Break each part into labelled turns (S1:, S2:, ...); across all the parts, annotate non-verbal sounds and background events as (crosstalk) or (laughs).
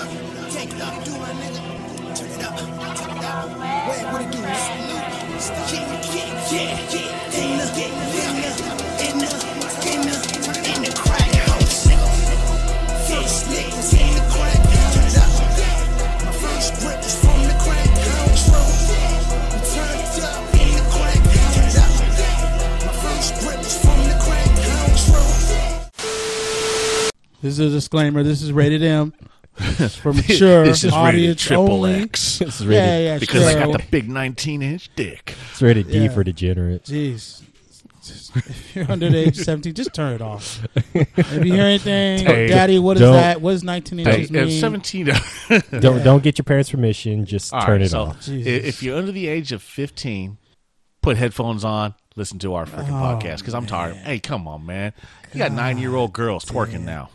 S1: Take it up, do my nigga. Turn it up, turn it up. Where would it do? It's the loop. It's the yeah, yeah, yeah, yeah. In the, in the, in the, in the, in the crack house. First niggas in the crack house. My first grip was from the crack house. We turned up in the crack house. My first grip was from the crack house.
S2: This is a disclaimer. This is rated M. It's for mature
S3: This is rated
S2: audience
S3: triple
S2: only.
S3: X
S4: (laughs) It's rated,
S2: Yeah, yeah,
S3: because I
S2: sure.
S3: got the big 19 inch dick.
S4: it's rated D
S2: Yeah.
S4: for degenerates.
S2: Jeez. If you're under the age of 17, just turn it off. If you hear anything,
S3: (laughs) Hey,
S2: Daddy, what is
S4: don't-
S2: that? What is 19
S3: Hey,
S2: inches
S3: at
S2: mean?
S3: 17.
S4: Don't don't get your parents' permission. Just
S3: All
S4: turn
S3: right,
S4: it
S3: so
S4: off.
S3: i-
S2: Jesus.
S3: If you're under the age of 15, put headphones on, listen to our
S2: Oh,
S3: freaking podcast because I'm tired. Hey, come on, man. You got nine year old girls twerking now.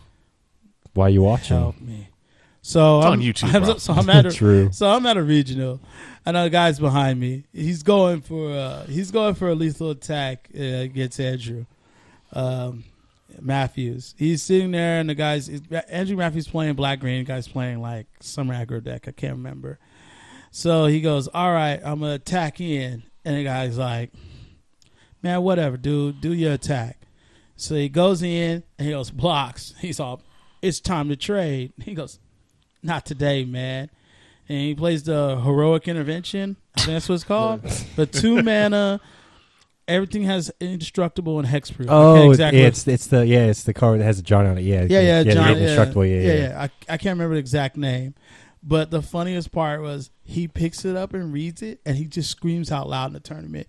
S4: Why you watching?
S2: Help me. So
S3: It's
S2: I'm,
S3: on YouTube,
S2: I'm-
S3: bro.
S2: so I'm
S3: (laughs)
S4: (laughs)
S2: at a, (laughs)
S4: True.
S2: So I'm at a regional. I know the guy's behind me. He's going for uh, he's going for a lethal attack uh, against Andrew um, Matthews. He's sitting there, and the guys he's- Andrew Matthews playing black green. The guy's playing like some aggro deck. I can't remember. So he goes, "All right, I'm gonna attack in," and the guy's like, "Man, whatever, dude. Do your attack." So he goes in and he goes, blocks. He's all, it's time to trade. He goes, not today, man. And he plays the heroic intervention. I think
S4: (laughs)
S2: that's what it's called. the two mana, everything has indestructible and hexproof. I can't
S4: Oh,
S2: exactly-
S4: it's it's the yeah, it's the car that has a John on it. Yeah,
S2: yeah, yeah, John,
S4: the
S2: yeah,
S4: indestructible. Yeah, yeah,
S2: I, I can't remember the exact name, but the funniest part was he picks it up and reads it, and he just screams out loud in the tournament,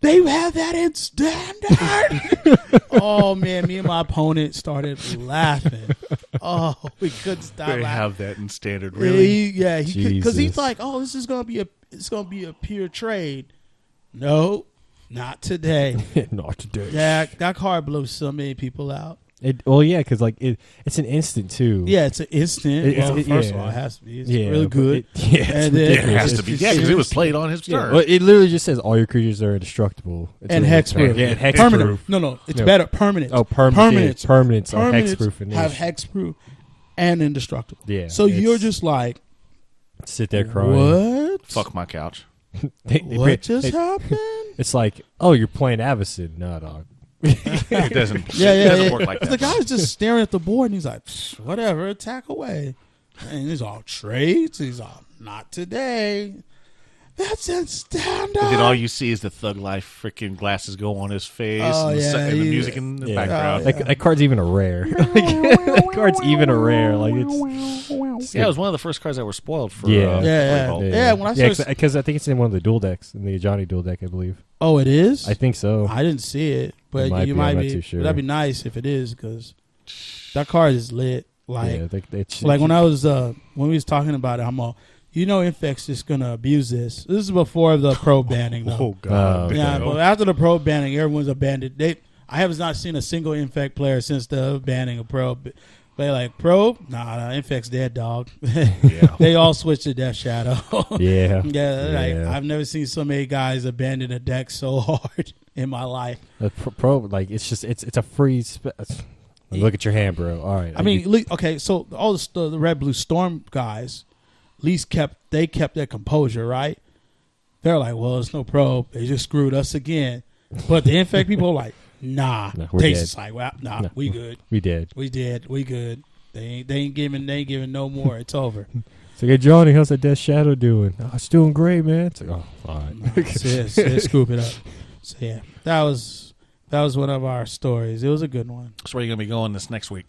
S2: "They have that in
S4: (laughs)
S2: standard!" oh man, me and my opponent started laughing. Oh, we couldn't stop
S3: They
S2: laughing.
S3: have that in standard.
S2: Yeah,
S3: Really?
S2: he- yeah, he because he's
S4: Jesus.
S2: like, oh, this is gonna be a it's gonna be a pure trade. No, not
S4: (laughs)
S2: today.
S4: Not today.
S2: Yeah, that card blows so many people out.
S4: It, well, yeah, because like it, it's an instant too.
S2: Yeah, it's an instant.
S4: It-
S2: well,
S4: it-
S2: first
S4: yeah.
S2: of all, it has to be. It's
S4: Yeah,
S2: really
S4: but
S2: good.
S4: it- (laughs) yeah, it's
S2: and then,
S3: Yeah,
S4: ridiculous.
S3: it has to be. Yeah, because it was played on his
S4: Yeah,
S3: turn.
S4: well, it literally just says all your creatures are indestructible until
S2: and
S4: your
S2: hexproof.
S4: turn. Yeah, and hexproof.
S2: Permanent. No, no, it's
S4: No.
S2: better. Permanent.
S4: Oh, permanent.
S2: Permanents.
S4: Permanents. Permanents are
S2: Permanents
S4: hexproof. and
S2: have
S4: it's-
S2: hexproof and indestructible.
S4: Yeah,
S2: So you're
S4: it's-
S2: just like,
S4: sit there crying.
S2: what?
S3: Fuck my couch.
S4: (laughs) They- they-
S2: What just
S4: they-
S2: happened?
S4: It's like, oh, you're playing Avacyn. No, dog.
S3: (laughs) It doesn't,
S2: Yeah, yeah,
S3: it doesn't
S2: yeah.
S3: work like
S2: 'Cause
S3: that.
S2: The guy's
S3: (laughs)
S2: just staring at the board and he's like, "Psh, whatever, attack away. And he's all trades. He's all not today. That's in standard.
S3: And then all you see is the thug life freaking glasses go on his face
S2: Oh,
S3: and, the, su-
S2: yeah,
S3: and the
S2: he-
S3: music in the
S4: Yeah.
S3: background.
S2: Oh,
S4: That, that card's even a rare. (laughs) that card's even a rare. Like it's
S3: Yeah, it was one of the first cards that were spoiled for.
S4: Yeah.
S3: uh,
S2: Yeah,
S3: Playboy.
S2: yeah. Yeah, when I started-
S4: because I think it's in one of the dual decks in the Johnny dual deck, I believe.
S2: oh, it is.
S4: I think so.
S2: I didn't see it, but
S4: Oh. It might
S2: you
S4: be,
S2: might
S4: I'm not
S2: be.
S4: too
S2: but
S4: sure.
S2: That'd be nice if it is because that card is lit. Like,
S4: yeah, they, they should-
S2: like (laughs) when I was uh when we was talking about it, I'm all, you know, Infex is gonna abuse this. This is before the
S4: (laughs)
S2: pro banning though.
S3: Oh god.
S4: Oh,
S2: Yeah,
S4: okay.
S2: but after the pro banning, everyone's abandoned. They, I have not seen a single Infect player since the banning of pro. But they like pro, nah, nah Infect's dead, dog.
S4: (laughs)
S2: (laughs) they all switched to Death Shadow. (laughs)
S4: yeah,
S2: yeah, like
S4: Yeah.
S2: I've never seen so many guys abandon a deck so (laughs) hard in my life.
S4: The pro, pro- like it's just it's it's a free. Spe- look at your hand, bro. All right.
S2: I mean, le- okay, so all the, st- the red blue storm guys, at least kept they kept their composure, right? They're like, well, it's no probe. They just screwed us again. But the infect people are like, nah.
S4: No,
S2: Taste
S4: we're dead.
S2: is like, well, nah, we good,
S4: we did.
S2: we did, we good. They ain't they ain't giving they ain't giving no more. It's over.
S4: It's like, hey, Johnny, how's that Death Shadow doing? Oh, it's doing great, man. It's like, oh, all right.
S2: so, yeah, so yeah, scoop it up. So yeah, that was that was one of our stories. It was a good one.
S3: That's where you're gonna be going this next week.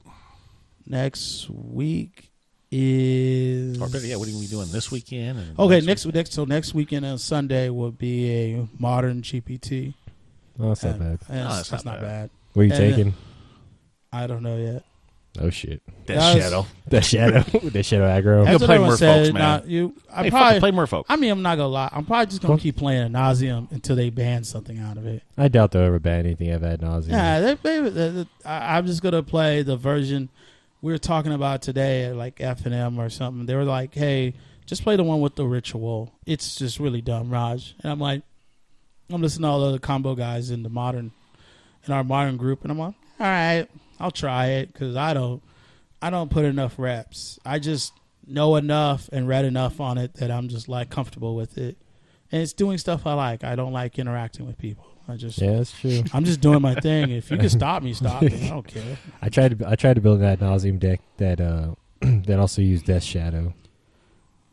S2: Next week is
S3: Or better, yeah, what are you gonna be doing this weekend? and
S2: Okay,
S3: next
S2: next next so next weekend on Sunday will be a modern GPT.
S4: Oh, that's not
S2: And-
S4: bad.
S2: and
S3: No,
S2: it's,
S3: it's
S2: that's
S3: not
S2: not bad.
S4: What are you
S2: and-
S4: taking?
S2: I don't know yet.
S4: Oh shit. (laughs)
S3: week?
S2: that
S3: Death
S2: was-
S3: Shadow.
S4: That shadow. (laughs) that shadow aggro.
S3: That's-
S2: That's what
S3: play
S2: everyone
S3: Merfolk,
S2: said.
S3: man.
S2: Nah, you, I
S3: Hey,
S2: probably
S3: fucking play Merfolk.
S2: I mean, I'm not gonna lie. I'm probably just gonna
S4: Go-
S2: keep playing ad nauseum until they ban something out of it.
S4: I doubt they'll ever ban anything I've had nauseum.
S2: Yeah, they, they, they- they- I, I'm just gonna play the version we were talking about today, at like F and M or something. They were like, "Hey, just play the one with the ritual. It's just really dumb, Raj." And I'm like, I'm listening to all the other combo guys in the modern, in our modern group, and I'm like, "All right, I'll try it because I don't, I don't put enough reps. I just know enough and read enough on it that I'm just like comfortable with it. And it's doing stuff I like. I don't like interacting with people. I just
S4: Yeah, that's true.
S2: I'm just doing my thing. If you can stop me, stop me. I don't care.
S4: I tried to I tried to build that Nauseam deck that uh (clears throat) that also used Death Shadow.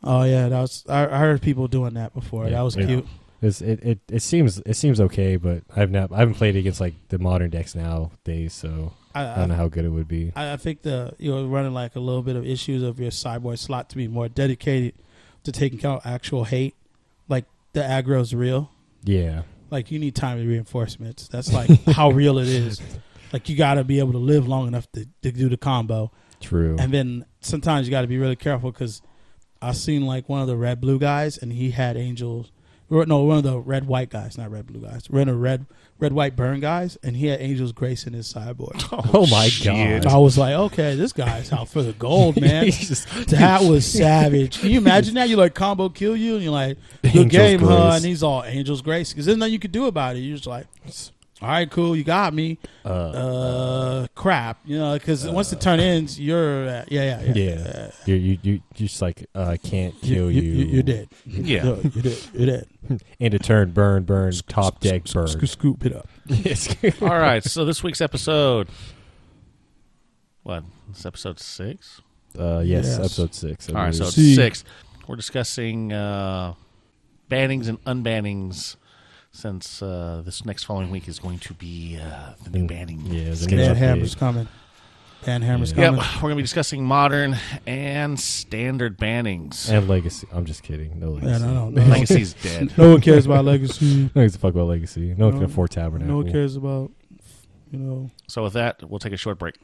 S2: Oh yeah, that was I, I heard people doing that before.
S4: Yeah,
S2: that was
S4: yeah.
S2: cute.
S4: It's, it, it it seems it seems okay, but I've not I haven't played against like the modern decks nowadays, so
S2: I,
S4: I don't know
S2: I,
S4: how good it would be.
S2: I, I think the you're running like a little bit of issues of your cyborg slot to be more dedicated to taking out actual hate. Like the aggro's real.
S4: Yeah,
S2: Like you need timely reinforcements. That's like how real it (laughs) is. Like you got to be able to live long enough to, to do the combo,
S4: true. (laughs)
S2: and then sometimes you got to be really careful because I seen like one of the red blue guys, and he had angels. or No, one of the red white guys, not red blue guys. One of the red red white burn guys, and he had angels grace in his cyborg.
S4: Oh, my
S3: shit.
S2: I was like, okay, this guy's out for the gold,
S4: (laughs)
S2: man.
S4: He's just-
S2: That was savage. Can you imagine that? You like combo kill you, and you're like, good
S4: Angel's
S2: game, huh?
S4: grace.
S2: And he's all angels grace because there's nothing you could do about it. You're just like, all right, cool, you got me. Uh, crap, you know, because once the turn ends, you're uh, yeah, yeah, yeah.
S4: yeah, you you you you just like uh, I can't kill you.
S2: You're dead.
S3: Yeah.
S2: You're, you're dead. You're
S4: (laughs)
S2: dead.
S4: End of turn, burn, burn, top deck, burn. (laughs)
S2: Scoop, scoop it up.
S3: (laughs) All right, so this week's episode. What? It's episode six?
S4: uh, yes,
S2: Yes.
S4: episode six. I
S3: All right, so
S4: believe.
S3: it's
S2: See.
S3: six. We're discussing uh, bannings and unbannings since uh, this next following week is going to be uh, the new banning.
S4: Mm. Yeah, the
S3: schedule.
S4: new-
S2: Bad
S4: Not
S2: hammer's
S4: big.
S2: coming. Bad hammer's
S3: Yep,
S2: coming.
S3: we're going to be discussing modern and standard bannings.
S4: and legacy. I'm just kidding. No legacy.
S2: Man, I don't know. (laughs)
S3: Legacy's dead. (laughs)
S2: No one cares about legacy.
S4: No one gives a fuck about legacy. No one
S2: No.
S4: can afford
S2: No
S4: tabernacle.
S2: one cares about you know.
S3: So with that, we'll take a short break.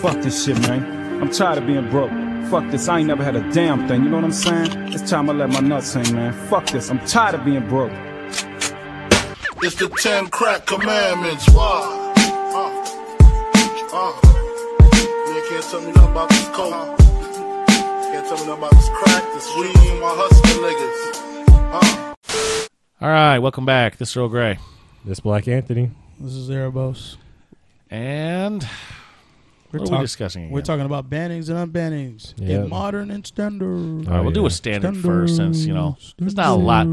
S5: Fuck this shit, man. I'm tired of being broke. Fuck this. I ain't never had a damn thing. You know what I'm saying? It's time I let my nuts hang, man. Fuck this. I'm tired of being broke.
S6: It's the ten crack commandments. Why? Uh, uh. Yeah, can't tell me nothing about this coke. Can't tell me nothing about this crack, this weed, and my hustling niggas. Uh.
S3: All right, welcome back. This is Earl Grey.
S4: This Black Anthony.
S2: This is Erebos.
S3: And
S2: We're,
S3: What are we discussing again?
S2: We're talking about bannings and unbannings
S4: Yeah.
S2: in modern and standard.
S4: All right,
S3: uh, we'll do a standard first since, you know, there's not a lot.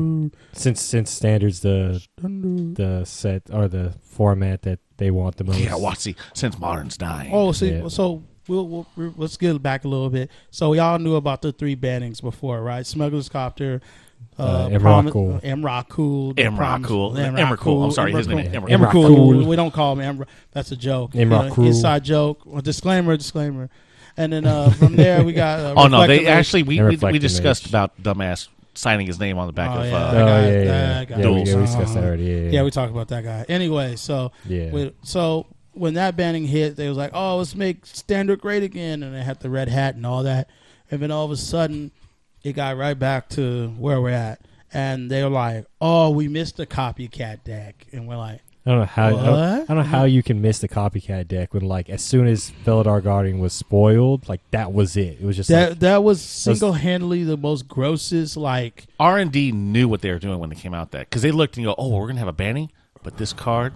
S4: Since since standards the
S2: Standard.
S4: the set or the format that they want the most.
S3: Yeah, Watsy, since modern's dying.
S2: Oh, see,
S4: Yeah.
S2: so we'll, we'll, we let's get back a little bit. So we all knew about the three bannings before, right? Smuggler's Copter, uh,
S4: Uh, Emrakul.
S2: Promi- Emrakul, the Promis-
S3: Emrakul. Emrakul. I'm sorry, his name is
S2: Emrakul.
S3: Emrakul.
S2: Emrakul. We don't call him Emra. That's a joke. You know,
S4: Emrakul.
S2: Inside joke. Well, disclaimer, disclaimer. And then uh, from there we got. Uh,
S3: (laughs) Oh no, they
S2: Reflective Age.
S3: actually we
S4: And
S3: we, we
S4: reflective
S3: discussed
S4: age.
S3: about dumbass signing his name on the back
S2: Oh,
S3: of.
S2: yeah.
S3: Uh,
S4: Oh
S2: got-
S4: yeah, yeah,
S2: I
S4: yeah.
S2: got
S4: yeah, we,
S3: those.
S4: yeah, we discussed that
S2: Uh-huh.
S4: already. Yeah, yeah.
S2: Yeah, we talked about that guy. Anyway, so
S4: Yeah.
S2: we- so when that banning hit, they was like, "Oh, let's make standard great again," and they had the red hat and all that. And then all of a sudden, it got right back to where we're at, and they were like, "Oh, we missed the copycat deck," and we're like,
S4: I don't know how I don't, I
S2: What?
S4: don't know how you can miss the copycat deck when like as soon as Felidar Guardian was spoiled, like that was it. It was just
S2: "That
S4: like,
S2: that was single handedly the most grossest like."
S3: R and D knew what they were doing when they came out that because they looked and go, oh, we're gonna have a banning, but this card,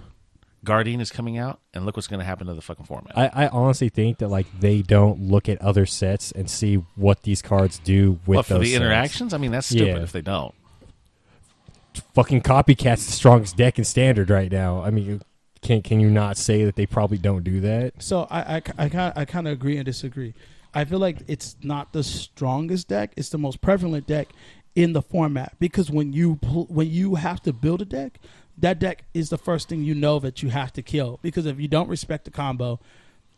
S3: Guardian is coming out, and look what's gonna happen to the fucking format.
S4: I, I honestly think that like they don't look at other sets and see what these cards do with
S3: but for
S4: those
S3: the
S4: sets.
S3: interactions, I mean that's stupid
S4: Yeah.
S3: if they don't. (laughs)
S4: Fucking copycat's the strongest deck in standard right now. I mean, can can you not say that they probably don't do that?
S2: So I I kind I kind of agree and disagree. I feel like it's not the strongest deck. It's the most prevalent deck in the format because when you pl- when you have to build a deck, that deck is the first thing you know that you have to kill because if you don't respect the combo,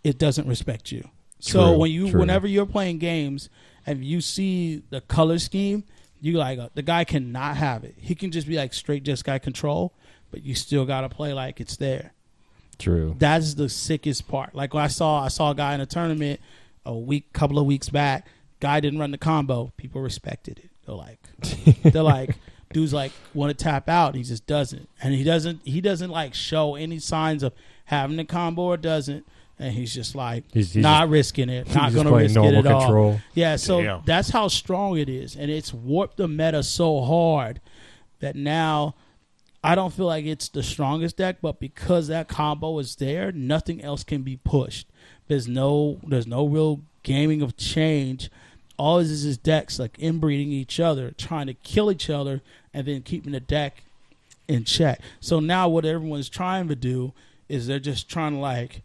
S2: it doesn't respect you. So
S4: True,
S2: when you
S4: true.
S2: whenever you're playing games and you see the color scheme, you like uh, the guy cannot have it. He can just be like straight just guy control, but you still got to play like it's there
S4: True.
S2: that's the sickest part. Like when I saw I saw a guy in a tournament a week couple of weeks back, guy didn't run the combo, people respected it. They're like
S4: (laughs)
S2: they're like dude's like want to tap out, he just doesn't. And he doesn't he doesn't like show any signs of having the combo or doesn't and he's just like
S4: He's- (laughs) he's
S2: not
S4: just-
S2: risking it, not
S4: just
S2: going to
S4: playing
S2: risk it
S4: normal
S2: at all.
S4: control.
S2: Yeah, so
S3: Damn.
S2: that's how strong it is, and it's warped the meta so hard that now I don't feel like it's the strongest deck, but because that combo is there, nothing else can be pushed. There's no there's no real gaming of change. All it is is decks like inbreeding each other, trying to kill each other, and then keeping the deck in check. So now what everyone's trying to do is they're just trying to like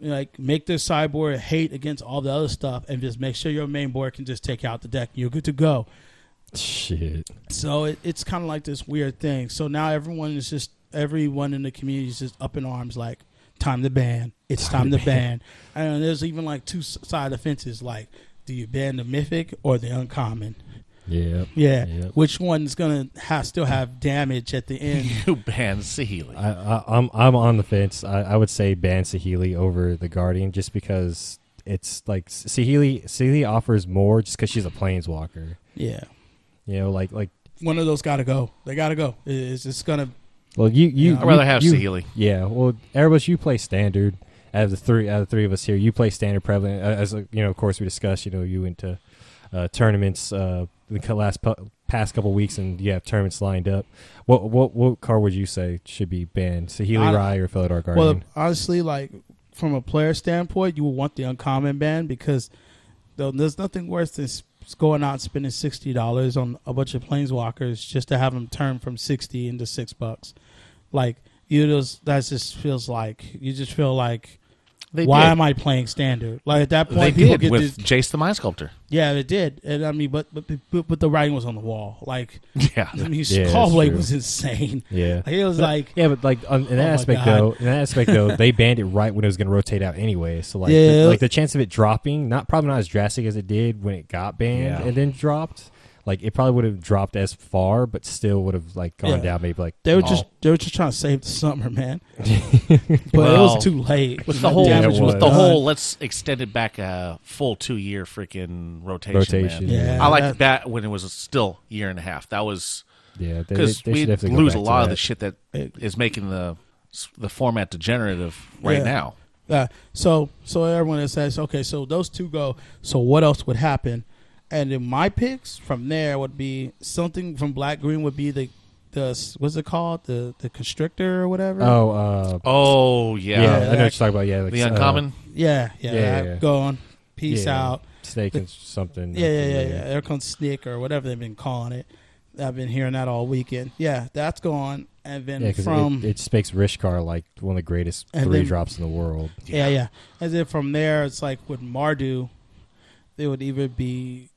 S2: like make this sideboard hate against all the other stuff and just make sure your main board can just take out the deck. You're good to go.
S4: Shit.
S2: So it, it's kind of like this weird thing. So now everyone is just everyone in the community is just up in arms, like time to ban. It's time, to ban. And there's even like two s- side offenses, like do you ban the mythic or the uncommon?
S4: Yeah.
S2: Yeah,
S4: Yep.
S2: which one's gonna have still have damage at the (laughs) end?
S3: You ban Sahili.
S4: I, I, I'm I'm on the fence. I, I would say ban Sahili over the Guardian just because it's like Sahili Sahili offers more just because she's a planeswalker.
S2: yeah,
S4: You know, like like
S2: one of those got to go. They got to go. It- It's just gonna.
S4: well you you
S3: I'd rather have
S4: you,
S3: Sahili.
S4: Yeah, well Erebus, you play standard. Out of the three out of the three of us here, you play standard prevalent. Uh, As uh, you know, of course, we discussed. You know, you went to uh, tournaments uh, the co- last pu- past couple weeks, and you have tournaments lined up. What what what car would you say should be banned? Sahili
S2: I-
S4: Rai or Fellow Dark Guardian?
S2: Well, honestly, like from a player standpoint, you would want the uncommon ban because though there's nothing worse than s- going out and spending sixty dollars on a bunch of planeswalkers just to have them turn from sixty into six bucks. Like you just that just feels like you just feel like
S3: They
S2: why
S3: did.
S2: am I playing standard? Like at that
S3: They
S2: point, people
S3: did
S2: get
S3: with
S2: this,
S3: Jace the Mind Sculptor.
S2: yeah, it did. And I mean, but but but, but the writing was on the wall. Like
S3: Yeah.
S2: I mean,
S4: Yeah, that's
S2: Caldwell
S4: true.
S2: was insane.
S4: Yeah.
S2: Like, it was like
S4: yeah, but like on, in
S2: Oh
S4: that
S2: my
S4: aspect
S2: God.
S4: though, in that aspect though, they banned it right when it was going to rotate out anyway. So like,
S2: Yeah.
S4: the, like the chance of it dropping, not probably not as drastic as it did when it got banned
S3: Yeah.
S4: and then dropped. Like it probably would have dropped as far, but still would have like gone
S2: Yeah.
S4: down maybe like
S2: They were
S4: small.
S2: just they were just trying to save the summer,
S4: (laughs)
S2: man. but it
S3: Well,
S2: was too late.
S3: With the whole,
S4: Yeah, it
S2: damage
S3: with
S4: was.
S3: the
S2: done.
S3: whole, let's extend it back a full two year freaking rotation.
S4: Rotation,
S3: man.
S4: yeah.
S2: Yeah,
S3: I liked that when it was still a year and a half. That was
S4: yeah, they,
S3: because
S4: they- they
S3: we
S4: should definitely go
S3: lose a
S4: back to
S3: lot of
S4: that.
S3: the shit that
S2: It-
S3: is making the the format degenerative right
S2: Yeah.
S3: now.
S2: Uh, so so everyone that says okay, so those two go. So what else would happen? And then my picks from there would be something from Black Green would be the the what's it called the the constrictor or whatever.
S4: Oh, uh,
S3: Oh yeah,
S4: yeah, I know what you're talking about. Yeah, like,
S3: the
S4: uh,
S3: uncommon.
S2: yeah yeah.
S4: Yeah, yeah, yeah.
S2: Go on, peace
S4: yeah,
S2: out.
S4: Snake and something.
S2: Yeah, yeah, yeah, yeah. There comes Snick or whatever they've been calling it. I've been hearing that all weekend. Yeah, that's gone. And then
S4: Yeah, 'cause
S2: from
S4: it, it just makes Rishkar like one of the greatest
S2: And
S4: three
S2: then-
S4: drops in the world.
S2: Yeah, yeah. And then from there, it's like with Mardu, it would either be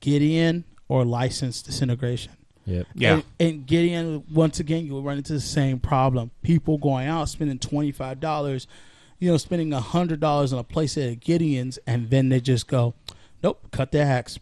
S2: Gideon or licensed disintegration.
S4: Yep.
S3: Yeah,
S2: And, and Gideon, once again, you will run into the same problem. People going out spending twenty five dollars, you know, spending hundred dollars on a playset of Gideon's, and then they just go, nope, cut their hacks.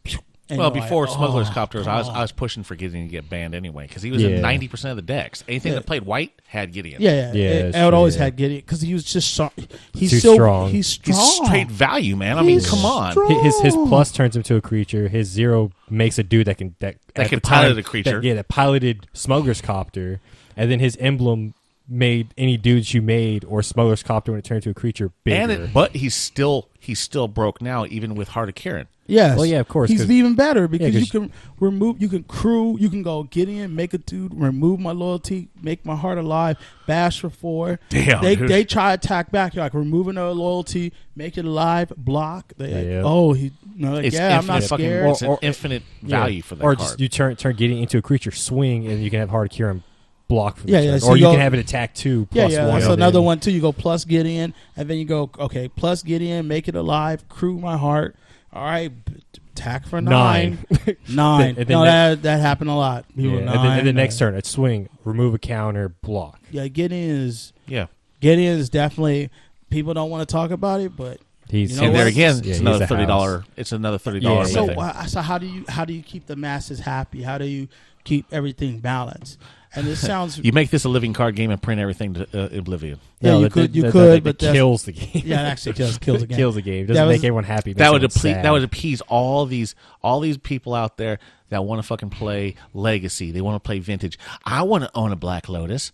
S2: And
S3: well,
S2: you're like,
S3: before
S2: oh,
S3: Smuggler's Copters, I was
S2: God.
S3: I was pushing for Gideon to get banned anyway because he was
S4: Yeah.
S3: in ninety percent of the decks. Anything
S2: Yeah.
S3: that played white had Gideon.
S2: yeah, yeah,
S4: Yeah,
S2: It-
S4: that's
S2: I would
S4: true,
S2: always
S4: yeah.
S2: had Gideon because he was just so, he's
S4: Too
S2: so
S4: strong.
S2: He's
S3: he's
S2: strong.
S3: straight value, man. I mean,
S2: He's
S3: come on.
S2: strong.
S4: Hi- His his plus turns him to a creature. His zero makes a dude that can that,
S3: That
S4: at
S3: can
S4: the time-
S3: pilot a creature.
S4: that- yeah, that piloted smuggler's copter, and then his emblem made any dudes you made or smuggler's copter when it turned to a creature bigger.
S3: And it, but he's still he's still broke now, even with Heart of Karen.
S2: Yes.
S4: Well, yeah, of course,
S2: He's
S4: 'cause-
S2: even better because
S4: 'cause
S2: you can remove, you can crew, you can go get in, make a dude, remove my loyalty, make my heart alive, bash for four.
S3: Damn,
S2: They
S3: dude.
S2: they try to attack back. You're like removing their loyalty, make it alive, block. They like,
S4: Yeah.
S2: oh he no like,
S3: It's
S2: yeah I'm
S3: infinite
S2: not
S3: fucking
S2: scared.
S3: it's an
S4: Or- or-
S3: infinite
S4: Yeah.
S3: value for that
S4: Or
S3: card.
S4: just you turn turn getting into a creature, swing, and you can have hard cure and block for the
S2: Yeah,
S4: turn.
S2: yeah, so
S4: or you
S2: you'll-
S4: can have it attack two
S2: yeah,
S4: plus
S2: yeah,
S4: one.
S2: that's
S4: and
S2: another
S4: then-
S2: one too. You go plus get in, and then you go okay, plus get in, make it alive, crew my heart. All right, b- attack for nine,
S4: Nine.
S2: (laughs) nine.
S4: And (laughs) then
S2: no,
S4: ne-
S2: that that happened a lot. You
S4: Yeah,
S2: were
S4: and, then, and
S2: nine,
S4: then next
S2: uh,
S4: turn, it's swing, remove a counter, block.
S2: yeah, get in is
S3: yeah.
S2: Gideon is definitely people don't want to talk about it, but
S4: He's
S2: You know
S3: And
S2: what?
S3: there again,
S4: Yeah,
S3: it's
S4: he's
S3: another
S4: a
S3: thirty
S4: house.
S3: dollar. It's another thirty dollar.
S4: Yeah,
S2: so
S4: yeah.
S2: uh, so how do you how do you keep the masses happy? How do you keep everything balanced? And it
S4: (laughs)
S2: sounds
S3: You make this a living card game and print everything to uh, oblivion.
S2: yeah,
S4: No,
S2: you
S4: that-
S2: could you
S4: that- that-
S2: could,
S4: that
S2: but that's,
S4: kills the game.
S2: yeah, it actually kills kills
S4: (laughs)
S2: the game.
S4: Kills the game. Doesn't
S2: That was-
S4: make everyone happy.
S3: That would
S4: makes
S3: deplete.
S4: everyone
S3: That would
S4: sad.
S3: appease all these all these people out there that want to fucking play legacy. They want to play vintage. I want to own a Black Lotus.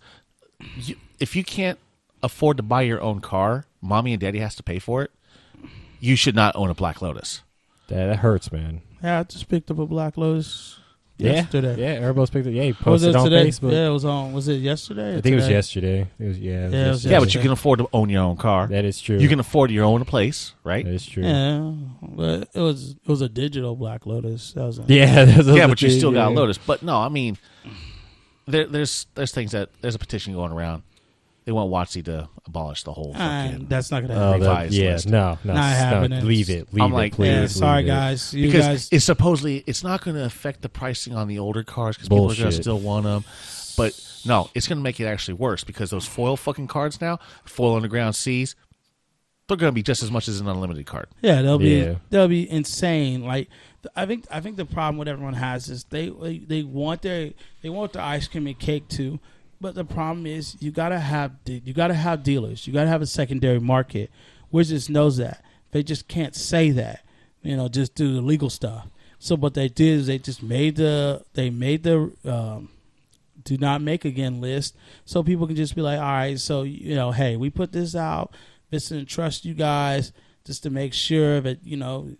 S3: You, if you can't afford to buy your own car, mommy and daddy has to pay for it. You should not own a Black Lotus.
S4: That, that hurts, man.
S2: Yeah, I just picked up a black lotus. yesterday.
S4: Yeah, yeah Erebos picked it. Yeah, he
S2: Or was
S4: posted
S2: it
S4: on
S2: today?
S4: Facebook.
S2: Yeah, it was on. Was it yesterday?
S4: I think it was yesterday. It was yeah.
S2: Yeah, it was
S3: Yeah, but you
S2: yesterday.
S3: can afford to own your own car.
S4: That is true.
S3: You can afford your own place, right?
S4: That is true. Yeah,
S2: Yeah, but it was it was a digital Black Lotus. That was a,
S4: (laughs) that's
S3: yeah,
S4: another
S3: but you
S4: thing,
S3: still
S4: yeah.
S3: got Lotus. But no, I mean, there, there's there's things that there's a petition going around. They want Watsy to abolish the whole
S2: Ah,
S3: fucking.
S2: that's not gonna
S4: Oh,
S2: happen.
S4: that,
S3: revised
S4: yeah,
S3: list.
S4: no, no,
S2: Not
S4: s- no,
S2: happening.
S4: Leave it. Leave
S3: I'm
S4: it,
S3: like,
S4: please.
S2: yeah,
S4: leave
S2: sorry
S4: it.
S2: guys, you
S3: because
S2: guys.
S3: it's supposedly it's not going to affect the pricing on the older cars because people are going to
S4: Bullshit.
S3: still want them. But no, it's going to make it actually worse because those foil fucking cards now, foil underground C's, they're going to be just as much as an unlimited card.
S2: Yeah, they'll be
S4: Yeah.
S2: they'll be insane. Like th- I think I think the problem with everyone has is they they, they want their they want their ice cream and cake too, but the problem is you gotta have de- you gotta have dealers. You gotta have a secondary market. Wizards knows that they just can't say that. You know, just do the legal stuff. So what they did is they just made the they made the um, do not make again list so people can just be like all right so you know hey we put this out this and trust you guys just to make sure that you know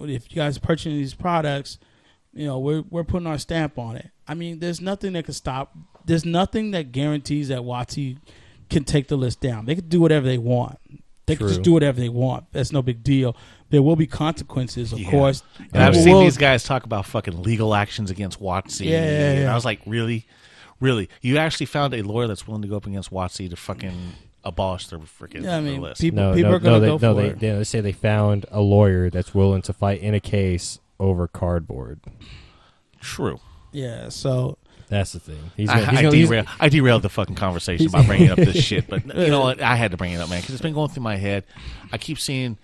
S2: if you guys purchasing these products you know we're, we're putting our stamp on it i mean there's nothing that can stop there's nothing that guarantees that wati can take the list down they can do whatever they want they can
S4: True.
S2: just do whatever they want that's no big deal there will be consequences of course
S3: And I've
S2: People
S3: seen
S2: will-
S3: these guys talk about fucking legal actions against Watsy.
S2: Yeah, yeah,
S3: And
S2: yeah.
S3: I was like, really? Really? You actually found a lawyer that's willing to go up against Watsy to fucking abolish their freaking
S2: yeah, I mean,
S3: list.
S2: people,
S4: No,
S2: people
S4: no,
S2: are going to go
S4: no, they, no,
S2: for
S4: they,
S2: it.
S4: they, they say they found a lawyer that's willing to fight in a case over cardboard.
S3: True.
S2: yeah, so
S4: That's the thing. He's
S3: I,
S4: gonna, he's
S3: I,
S4: gonna, he's-
S3: derailed, I derailed the fucking conversation by bringing up this
S2: (laughs)
S3: shit, but you know what? I had to bring it up, man, because it's been going through my head. I keep seeing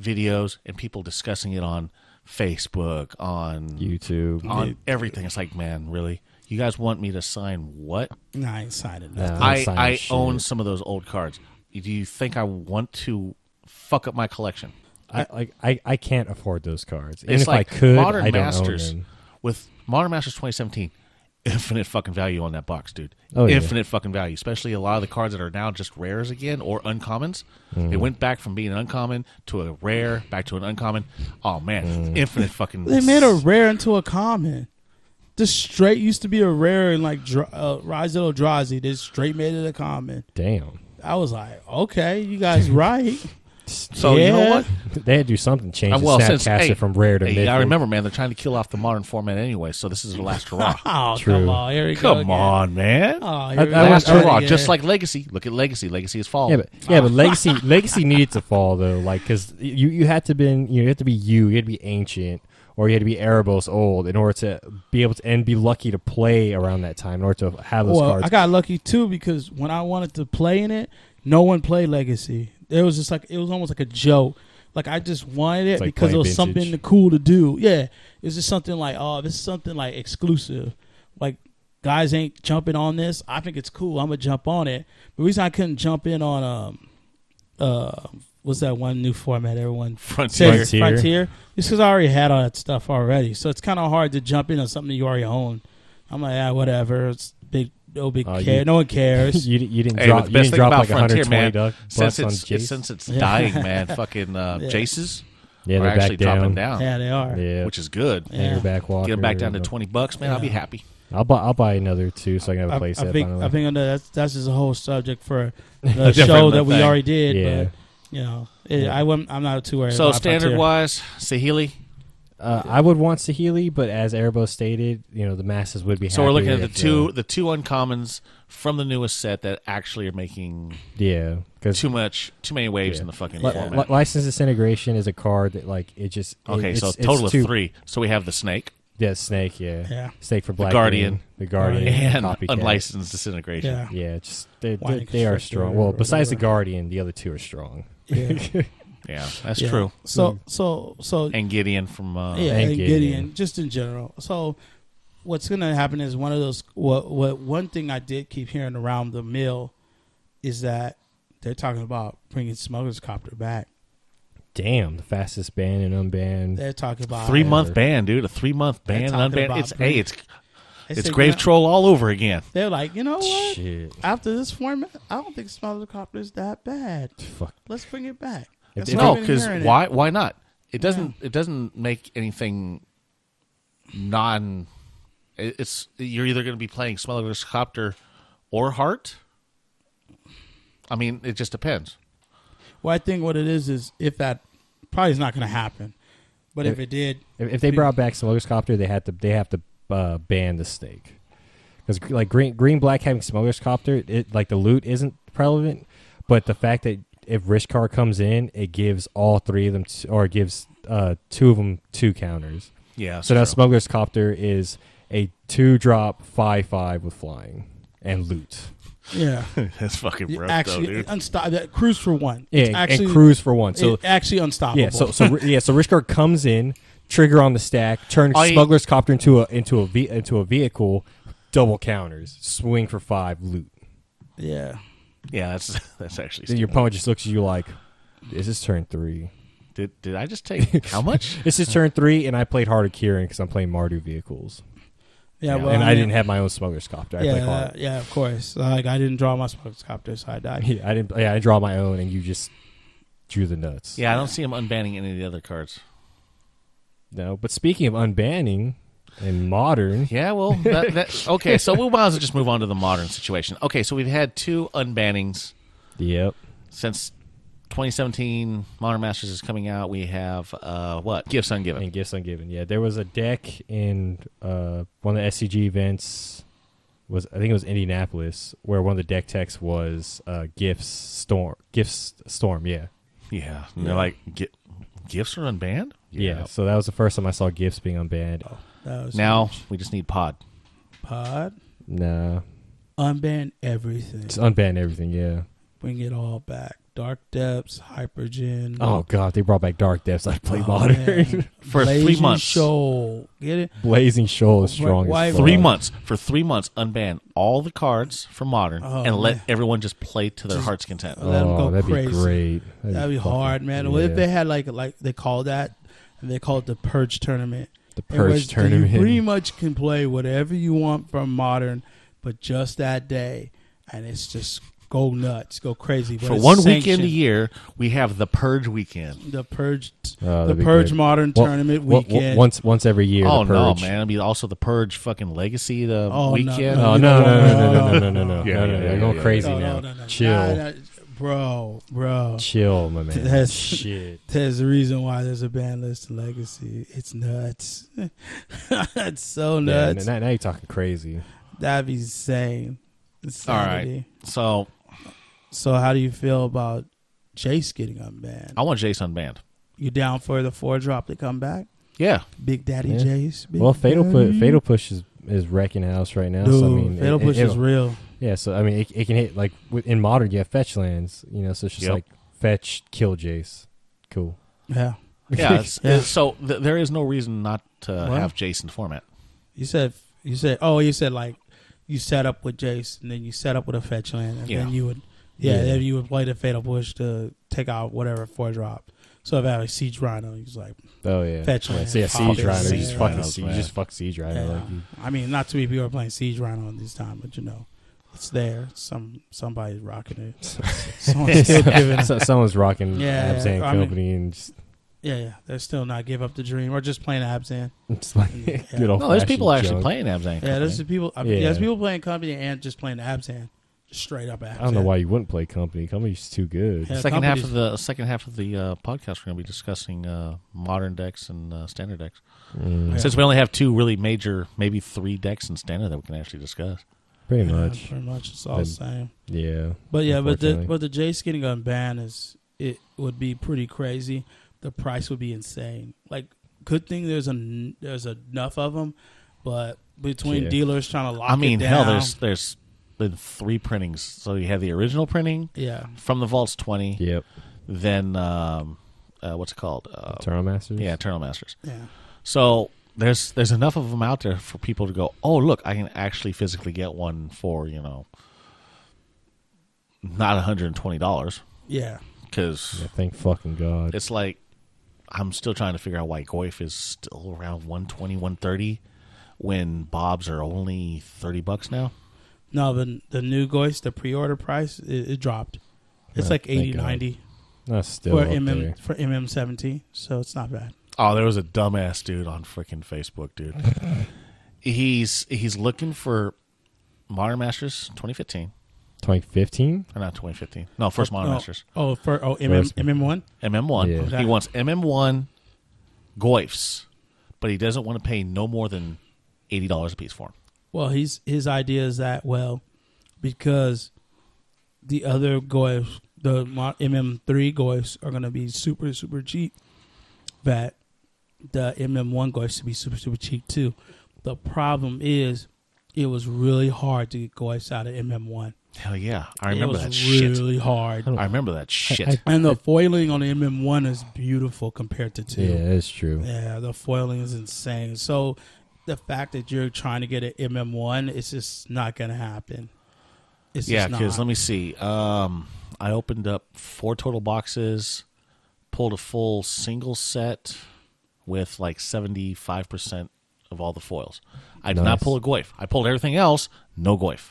S3: videos and people discussing it on Facebook, on
S4: YouTube.
S3: on everything. It's like, man, really? You guys want me to sign what?
S2: nah, I ain't signing
S4: Nah,
S2: that.
S4: I'm
S3: I,
S4: signing
S3: I
S4: shit.
S3: own some of those old cards. Do you think I want to fuck up my collection?
S4: I, like I, I can't afford those cards. Even
S3: It's
S4: if
S3: like
S4: I could,
S3: Modern
S4: I don't
S3: Masters
S4: own them.
S3: with Modern Masters 2017. (laughs) Infinite fucking value on that box, dude.
S4: Oh, yeah.
S3: Infinite fucking value, especially a lot of the cards that are now just rares again or uncommons.
S4: Mm.
S3: They went back from being uncommon to a rare, back to an uncommon. Oh
S4: Mm.
S3: man, infinite fucking.
S2: They made a rare into a common. This straight used to be a rare in like Dra- uh, Rizzo Drazi. They straight made it a common.
S4: Damn.
S2: I was like, okay, you guys right.
S3: so Oh, you know
S2: Yeah.
S3: what?
S4: (laughs) They had to do something. Change
S3: Uh,
S4: the
S3: well, since
S4: Snapcaster
S3: hey,
S4: from rare to
S3: hey,
S4: mythic.
S3: I remember, man. They're trying to kill off the modern format anyway, so this is the last hurrah.
S2: Oh come
S4: True.
S2: on, here we go.
S3: Come
S2: again.
S3: on, man.
S2: Oh, here we
S4: I-
S2: go
S4: I was-
S3: last
S4: I was-
S3: hurrah,
S2: again.
S3: just like Legacy. Look at Legacy. Legacy is falling.
S4: Yeah, but
S3: (laughs)
S4: yeah, but legacy legacy needed to fall though, like because you you had to been you, know, you had to be you, you had to be ancient, or you had to be Erebos old in order to be able to and be lucky to play around that time in order to have those
S2: well,
S4: cards.
S2: I
S4: (laughs)
S2: got lucky too because when I wanted to play in it, no one played Legacy. It was just like it was almost like a joke. Like I just wanted it
S4: like
S2: because it
S4: playing
S2: was
S4: vintage.
S2: something to- cool to do. Yeah, it was just something like, oh, this is something like exclusive. Like guys ain't jumping on this. I think it's cool. I'm gonna jump on it. The reason I couldn't jump in on um uh what's that one new format everyone
S3: Frontier.
S2: says Frontier. It's because I already had all that stuff already, so it's kind of hard to jump in on something you already own. I'm like, ah, whatever. It's big, no big
S4: Oh, you-
S2: care. no one cares.
S4: (laughs) you, di- you didn't
S3: Hey,
S4: drop
S3: but
S4: you
S3: the best
S4: didn't
S3: thing
S4: drop
S3: about
S4: like
S3: Frontier,
S4: 120
S3: man,
S4: duck,
S3: since
S4: bucks on
S3: it's, it's
S4: Jace.
S3: since it's dying,
S4: (laughs)
S3: man, fucking uh,
S2: Yeah.
S3: Jaces
S4: yeah,
S3: are
S4: they're
S3: actually
S4: back
S3: dropping down,
S4: down.
S2: yeah, they are.
S4: Yeah,
S3: which is good.
S2: Yeah.
S4: Hanger back walker.
S3: Get them back down to
S4: and-
S3: twenty bucks, man. I'll be happy.
S4: I'll buy I'll buy another two so I can have
S2: I,
S4: a place.
S2: I
S4: set
S2: think
S4: finally.
S2: I think that's that's just a whole subject
S4: (laughs)
S2: for the show
S3: different
S2: that we
S3: thing.
S2: already did.
S4: Yeah.
S2: But you know, it, I wouldn't, I'm not too worried.
S3: So
S2: about
S3: standard
S2: Frontier.
S3: wise, Sahili.
S4: uh, I would want Sahili, but as Erebos stated, you know the masses would be.
S3: So we're
S4: happy
S3: looking at the
S4: if, uh,
S3: two the two uncommons from the newest set that actually are making
S4: Yeah, because
S3: too much too many waves
S4: Yeah.
S3: in the fucking
S4: Li-
S3: format.
S4: li- license disintegration is a card that like it just it-
S3: okay,
S4: it's,
S3: so
S4: it's
S3: total of
S4: too-
S3: three. So we have the snake
S4: Yeah, snake. Yeah,
S2: Yeah.
S4: snake for black
S3: Guardian.
S4: Green, the guardian
S3: and
S4: copycat.
S3: unlicensed disintegration.
S2: Yeah.
S4: Yeah, just they,
S2: Wine
S4: they, they are
S2: Constrictor
S4: strong.
S2: or
S4: Well, besides the
S2: whatever.
S4: guardian, the other two are strong.
S2: Yeah.
S3: Yeah, that's
S2: Yeah.
S3: true.
S4: Hmm.
S2: So so so
S3: And Gideon from uh,
S2: yeah,
S4: and
S2: and Gideon.
S4: Gideon.
S2: just in general. So what's going to happen is one of those. What what one thing I did keep hearing around the mill is that they're talking about bringing Smuggler's Copter back.
S4: (laughs) Damn, the fastest ban and unbanned.
S2: They're talking about
S3: three
S4: However.
S3: month ban, dude. A three month ban,
S2: They're
S3: and
S2: talking
S3: unban.
S2: about
S3: It's
S2: bringing-
S3: hey, it's
S2: they
S3: it's
S2: said,
S3: Grave
S2: you know-
S3: Troll all over again.
S2: They're like, you know what?
S4: Shit,
S2: After this format, I don't think Smuggler's Copter is that bad.
S4: fuck.
S2: Let's bring it back.
S4: If-
S2: That's
S4: if-
S2: what
S3: No,
S2: I've been
S3: because
S2: hearing it.
S3: why? Why not? It doesn't. It doesn't make anything non It- It's you're either going to be playing Smuggler's Copter or Heart. I mean, it just depends.
S2: Well, I think what it is is if that probably is not going to happen, but if it did,
S4: If, if they brought back Smuggler's Copter, they had to they have to uh, ban the steak because like green green black having Smuggler's Copter, it like the loot isn't relevant, but the fact that if Rishkar comes in, it gives all three of them t- or it gives uh, two of them two counters.
S3: Yeah.
S4: So now Smuggler's Copter is a two drop five five with flying and loot.
S2: yeah,
S3: that's fucking (laughs) rough, though,
S2: actually uh,
S3: dude.
S2: unstoppable. Cruise for one,
S4: Yeah,
S2: It's
S4: and-
S2: actually,
S4: and cruise for one. So
S2: it- actually unstoppable.
S4: yeah, so so yeah, so Rishkar comes in, trigger on the stack, turns
S3: I-
S4: Smuggler's Copter into a into a ve- into a vehicle, double counters, swing for five, loot.
S2: yeah,
S3: Yeah, that's (laughs) that's actually.
S4: Then
S3: Stupid.
S4: your opponent just looks at you like, "This is turn three.
S3: Did did I just take how much?
S4: This is turn three, and I played hard of Kieran because I'm playing Mardu vehicles,
S2: yeah. Well,
S4: and I
S2: mean,
S4: didn't have my own Smuggler's Copter. I played
S2: Yeah,
S4: hard. (laughs)
S2: yeah, of course. Like I didn't draw my smuggler's copter, so I died.
S4: Yeah, I didn't. Yeah, I draw my own, and you just drew the nuts.
S3: Yeah, I don't see him unbanning any of the other cards.
S4: No, but speaking of unbanning and modern,
S3: Yeah, well, that, that, okay. So we might as well just move on to the modern situation. Okay, so we've had two unbannings
S4: yep.
S3: since 2017. Modern Masters is coming out. We have uh, what gifts ungiven.
S4: and gifts ungiven. Yeah, there was a deck in uh, one of the SCG events. Was I think it was Indianapolis where one of the deck techs was uh, gifts storm. Gifts storm. Yeah.
S3: Yeah, and they're like "Gi- gifts are unbanned.
S4: yeah, So that was the first time I saw gifts being unbanned.
S2: Oh. That was
S3: Now we just need pod.
S2: pod
S4: Nah,
S2: unban everything.
S4: it's unbanned everything. Yeah.
S2: Bring it all back. Dark depths, hypergen.
S4: Oh god, they brought back dark depths. I played
S2: Oh,
S4: modern. (laughs)
S2: man.
S3: For three
S2: Blazing
S3: months.
S2: Shoal. Get it?
S4: Blazing Shoal is
S2: Why-
S4: strong.
S2: why-
S4: as fuck.
S3: Three months for three months, unban all the cards from modern,
S2: Oh,
S3: and let
S2: man.
S3: everyone just play to their heart's content.
S2: Oh, let 'em
S4: Oh,
S2: go
S4: that'd
S2: crazy.
S4: be great.
S2: That'd be
S4: fucking-
S2: hard, man. What if
S4: yeah.
S2: they had like like they call that and they call it the purge tournament?
S4: the
S2: in which
S4: purge tournament?
S2: You pretty much can play whatever you want from modern, but just that day, and it's just go nuts, go crazy. But
S3: for
S2: it's
S3: one weekend
S2: sanctioned.
S3: a year, we have the purge weekend.
S2: the purge, t-
S4: Oh, that'd
S2: the
S4: be
S2: purge
S4: great.
S2: modern
S4: Well,
S2: tournament
S4: well, well,
S2: weekend.
S4: once once every year.
S3: Oh
S4: the
S3: no,
S4: purge.
S3: man! I mean, also the purge fucking legacy the
S2: Oh, no,
S3: weekend.
S2: no,
S4: Oh
S2: You
S4: no
S2: know
S4: no
S2: what?
S4: no no no no no
S3: Yeah,
S4: no no
S3: yeah,
S4: no!
S3: yeah,
S4: You're going
S3: yeah.
S4: crazy
S2: No, no,
S4: now.
S2: no, no. Nah,
S4: Chill,
S2: nah, bro, bro.
S4: chill, my
S2: (laughs)
S4: man.
S2: That's-
S4: Shit.
S2: There's a reason why there's a ban list in Legacy. It's nuts. (laughs) it's so
S4: Yeah,
S2: nuts.
S4: now, now you're talking crazy.
S2: That'd be insane.
S3: All
S2: Insanity.
S3: right, so
S2: So how do you feel about Jace getting unbanned?
S3: I want Jason banned.
S2: You down for the four drop to come back?
S3: Yeah,
S2: Big Daddy
S4: Yeah.
S2: Jace. Big
S4: Well, fatal
S2: Daddy.
S4: push, fatal push is is wrecking house right now.
S2: Dude,
S4: so, I mean,
S2: fatal
S4: it,
S2: push
S4: it,
S2: is real.
S4: yeah. So I mean, it, it can hit like with- in modern. You have fetch lands, you know. So it's just
S3: Yep.
S4: like fetch, kill Jace, cool.
S2: Yeah.
S4: (laughs)
S3: yeah. it's-
S2: Yeah.
S3: So th- there is no reason not to
S2: Well.
S3: have Jason format.
S2: You said you said oh you said like you set up with Jace and then you set up with a fetch land and
S3: Yeah.
S2: then you would yeah,
S4: Yeah.
S2: then you would play the fatal push to take out whatever four drop. So if I have a siege rhino, he's like
S4: Oh yeah,
S2: Fetch
S4: yeah,
S2: lands.
S4: so, yeah
S2: Pop
S4: siege
S2: it.
S4: rider. You
S2: Siege
S4: just fucking
S3: Rhinos,
S4: siege, you
S3: man.
S4: just fuck siege rider.
S2: yeah.
S4: Like you,
S2: (laughs) I mean not too many people are playing siege rhino at this time, but you know it's there. Some somebody's rocking
S4: (laughs)
S2: it. Someone's still giving.
S4: so, someone's rocking
S2: Yeah,
S4: Abzan
S2: I mean-
S4: company and just, (laughs)
S2: Yeah, yeah, they're still not give up the dream or just playing Abzan.
S4: just like
S2: Yeah.
S4: good old
S3: No, there's people
S4: fashioned
S3: actually
S4: junk.
S3: playing Abzan.
S2: Yeah, there's the people. I mean,
S4: Yeah.
S2: there's people playing company and just playing the Abzan, just straight up Abzan.
S4: I don't know why you wouldn't play company. Company's too good.
S2: Yeah,
S3: second half of
S2: uh, companies-
S3: the second half of the uh, podcast, we're going to be discussing uh, modern decks and uh, standard decks.
S4: Mm,
S2: Yeah.
S3: Since we only have two really major, maybe three decks in standard that we can actually discuss.
S4: Pretty
S2: Yeah,
S4: much.
S2: pretty much, it's all
S4: Then-
S2: the same.
S4: Yeah.
S2: But yeah, but the
S4: unfortunately.
S2: but the Jace getting unbanned is it would be pretty crazy. The price would be insane. Like, good thing there's a there's enough of them, but between
S4: Yeah.
S2: dealers trying to lock,
S3: I mean,
S2: it
S3: hell,
S2: down-
S3: there's there's been three printings. So you have the original printing
S2: yeah,
S3: from the vaults twenty,
S4: Yep.
S3: then um, uh, what's it called? Uh,
S4: Eternal Masters.
S3: yeah, Eternal Masters.
S2: yeah,
S3: So there's there's enough of them out there for people to go, oh look, I can actually physically get one for you know, not one hundred and twenty dollars
S2: yeah.
S3: because
S4: Yeah, thank fucking God.
S3: it's like I'm still trying to figure out why Goif is still around 120, 130 when Bob's are only thirty bucks now.
S2: No, the the new Goist, the pre-order price it, it dropped. It's
S4: Oh,
S2: like
S4: thank
S2: 80,
S4: God.
S2: 90
S4: That's still
S2: for
S4: up
S2: mm
S4: there.
S2: for mm seventeen, so it's not bad.
S3: Oh, there was a dumbass dude on freaking Facebook, dude. (laughs) he's he's looking for Modern Masters 2015
S4: 2015.
S3: or not 2015. No, first Modern Masters.
S2: Oh, for oh MM
S4: First.
S2: MM1.
S3: MM1.
S4: Yeah.
S3: He wants MM1 Goifs, but he doesn't want to pay no more than $80 a piece for him.
S2: Well, he's his idea is that well, because the other goifs, the mo- MM3 goifs are going to be super super cheap. That the MM1 goifs should be super super cheap too. The problem is, it was really hard to get goifs out of MM1.
S3: Hell yeah. I
S2: It
S3: remember
S2: was
S3: that shit.
S2: really hard.
S3: I remember that shit.
S4: I-
S2: And the foiling on the MM1 is beautiful compared to two.
S4: Yeah, that's true.
S2: Yeah, the foiling is insane. So the fact that you're trying to get an MM1, it's just not going to happen. It's
S3: yeah,
S2: just
S3: because
S2: not.
S3: let me see. Um, I opened up four total boxes, pulled a full single set with like 75% of all the foils. I did not
S4: Nice.
S3: pull a Goif. I pulled everything else, no Goif.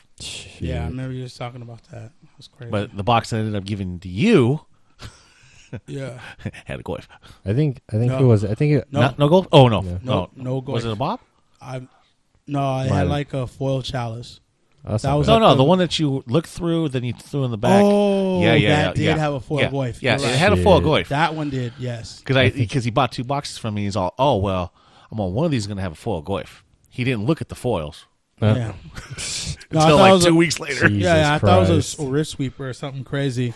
S2: Yeah, I remember you was talking about that. It was crazy.
S3: But the box that I ended up giving to you (laughs)
S2: yeah,
S3: had a Goif.
S4: I think I think
S2: No.
S4: who was it? I think it,
S2: No.
S3: Not, no Goif? Oh, no.
S2: No,
S3: no,
S2: no
S3: Was
S2: Goif.
S3: it a Bob?
S2: I no, I
S4: Might
S2: had
S4: have-
S2: like a foil chalice.
S4: that's
S2: That
S4: not
S2: was
S3: No,
S4: bad.
S2: Like
S3: no, the
S2: the-
S3: one that you looked through, then you threw in the back.
S2: Oh,
S3: yeah, yeah,
S2: that
S3: yeah,
S2: did
S3: yeah.
S2: have a foil
S3: yeah.
S2: Goif.
S3: Yeah,
S2: You're
S3: it
S2: right.
S3: had a foil Goif.
S2: That one did. Yes.
S3: because I because he bought two boxes from me. He's all, oh well, I'm on one of these going to have a foil goif. He didn't look at the foils
S2: (laughs)
S4: Uh,
S2: Yeah. No, I
S3: until
S2: thought it
S3: like
S2: Oh, was
S3: two
S2: a-
S3: weeks later.
S4: (laughs) Jesus
S2: yeah, yeah, I thought it was
S4: Christ.
S2: a, a wrist sweeper or something crazy.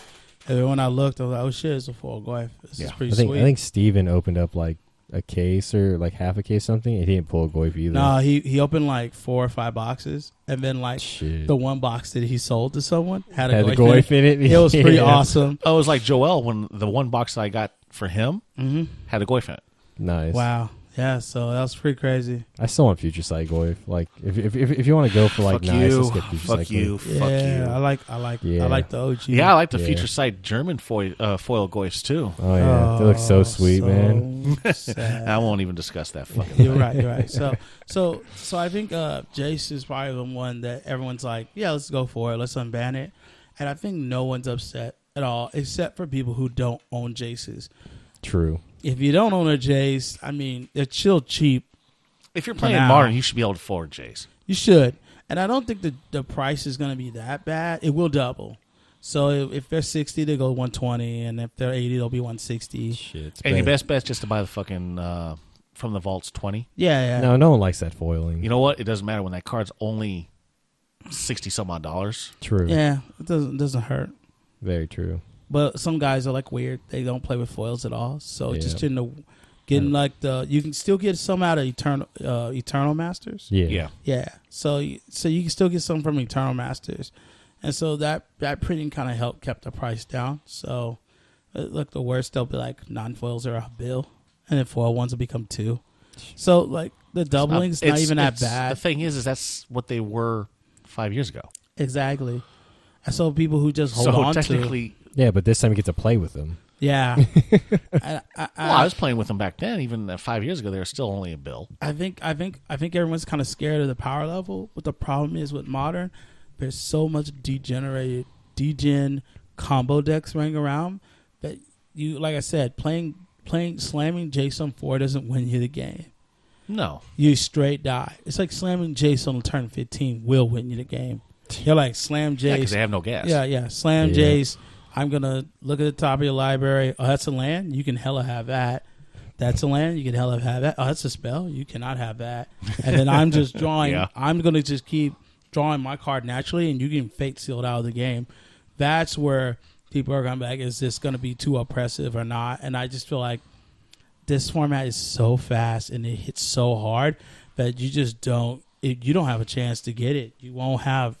S2: And then when I looked, I was like, "Oh shit, it's a foil Goif. This
S3: Yeah.
S2: is pretty
S4: I think
S2: sweet."
S4: I think Steven opened up like a case or like half a case something, and he didn't pull a goif either.
S2: No, he he opened like four or five boxes, and then like
S4: Shit.
S2: the one box that he sold to someone had a
S4: Had the
S2: goif, in,
S4: goif in it?
S2: it. was pretty
S4: (laughs) Yeah.
S2: awesome.
S3: I was like Joel when the one box that I got for him had a goif in it.
S4: nice.
S2: Mm-hmm. Wow, yeah. So that was pretty crazy.
S4: I still want future sight goif. Like if if if, if you want to go for like
S3: fuck
S4: nice,
S3: you,
S4: let's get future
S3: fuck
S4: sight
S3: you,
S4: goif.
S2: Yeah,
S3: fuck
S2: I
S3: you.
S2: like I like
S4: Yeah.
S2: I like the OG.
S3: Yeah, I like the
S4: Yeah.
S3: future side German foil, uh, foil goifs too.
S4: Oh yeah, they look so
S2: Oh,
S4: sweet,
S2: so
S4: man.
S2: (laughs) sad.
S3: I won't even discuss that. Fucking
S2: you're right. You're right. So, so, so I think uh, Jace is probably the one that everyone's like, yeah, let's go for it. Let's unban it. And I think no one's upset at all, except for people who don't own Jaces.
S4: True.
S2: If you don't own a Jace, I mean, they're chill cheap.
S3: if you're playing
S2: now.
S3: modern, you should be able to afford Jays.
S2: You should. And I don't think the, the price is going to be that bad. It will double. So if, if they're 60, they go 120. And if they're 80, they'll be 160.
S4: Shit. it's
S3: And your
S4: bad.
S3: best bet's just to buy the fucking uh, from the vaults twenty.
S2: Yeah, yeah.
S4: No, no one likes that foiling.
S3: You know what? It doesn't matter when that card's only sixty some odd dollars.
S4: True.
S2: Yeah, it doesn't, doesn't hurt.
S4: Very true.
S2: But some guys are like weird. They don't play with foils at all. So
S4: Yeah.
S2: just in the getting like the you can still get some out of eternal uh, eternal masters.
S4: Yeah.
S3: yeah.
S2: Yeah. So you- so you can still get some from eternal masters, and so that that printing kind of helped kept the price down. So uh, like the worst they'll be like non foils are a bill, and then foil ones will become two. So like the doubling's not,
S3: It's-
S2: even that
S3: it's- The
S2: bad.
S3: thing is, is that's what they were five years ago.
S2: exactly. And so people who just hold
S3: so
S2: on to
S3: technically,
S4: Yeah, but this time you get to play with them.
S3: (laughs)
S2: yeah. I, I, I,
S3: well, I was playing with them back then. Even uh, five years ago, they were still only a bill.
S2: I think I think I think everyone's kind of scared of the power level, but the problem is with modern, there's so much degenerated degen combo decks running around that you like I said, playing playing slamming Jason four doesn't win you the game.
S3: No,
S2: You straight die. It's like slamming Jason on turn fifteen will win you the game. You're like slam
S3: yeah, because
S2: Jace.
S3: they have no gas.
S2: Yeah, yeah. Slam
S4: Yeah.
S2: Jace. I'm gonna look at the top of your library. Oh, that's a land. You can hella have that. That's a land. You can hella have that. Oh, that's a spell. You cannot have that. And then I'm just drawing.
S3: Yeah.
S2: I'm gonna just keep drawing my card naturally, and you can fake sealed out of the game. That's where people are gonna be like, is this gonna be too oppressive or not? And I just feel like this format is so fast and it hits so hard that you just don't it, you don't have a chance to get it. You won't have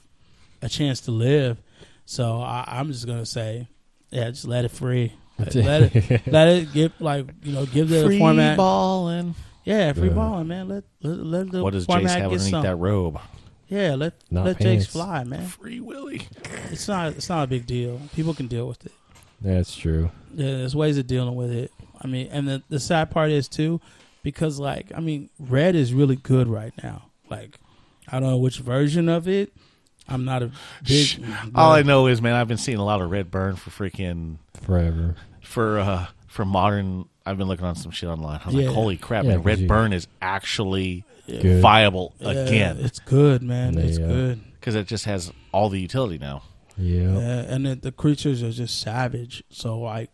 S2: a chance to live. So I, I'm just gonna say, yeah, just let it free.
S3: (laughs)
S2: Let, let it let it give like you know give the
S3: free
S2: format
S3: balling.
S2: yeah free
S4: Yeah.
S2: balling man. Let let, let the
S3: What does Jace
S2: format
S3: have
S2: get
S3: underneath
S2: some.
S3: that robe?
S2: Yeah, let
S4: Not
S2: let
S4: pants.
S2: Jake's fly man.
S3: Free Willy.
S2: It's not it's not a big deal. People can deal with it.
S4: That's true.
S2: Yeah, there's ways of dealing with it. I mean, and the the sad part is too, because like I mean, red is really good right now. Like, I don't know which version of it. I'm not a big.
S3: Oh, All I know is, man, I've been seeing a lot of red burn for freaking
S4: Forever.
S3: for uh for modern. I've been looking on some shit online. I was
S2: Yeah.
S3: like, holy crap,
S4: Yeah,
S3: man,
S4: 'cause you-
S3: Redburn is actually
S4: Good.
S3: viable
S2: Yeah,
S3: again
S2: It's good, man.
S4: Yeah.
S2: It's good.
S3: because it just has all the utility now.
S4: Yeah.
S2: Yeah, and the, the creatures are just savage. So like,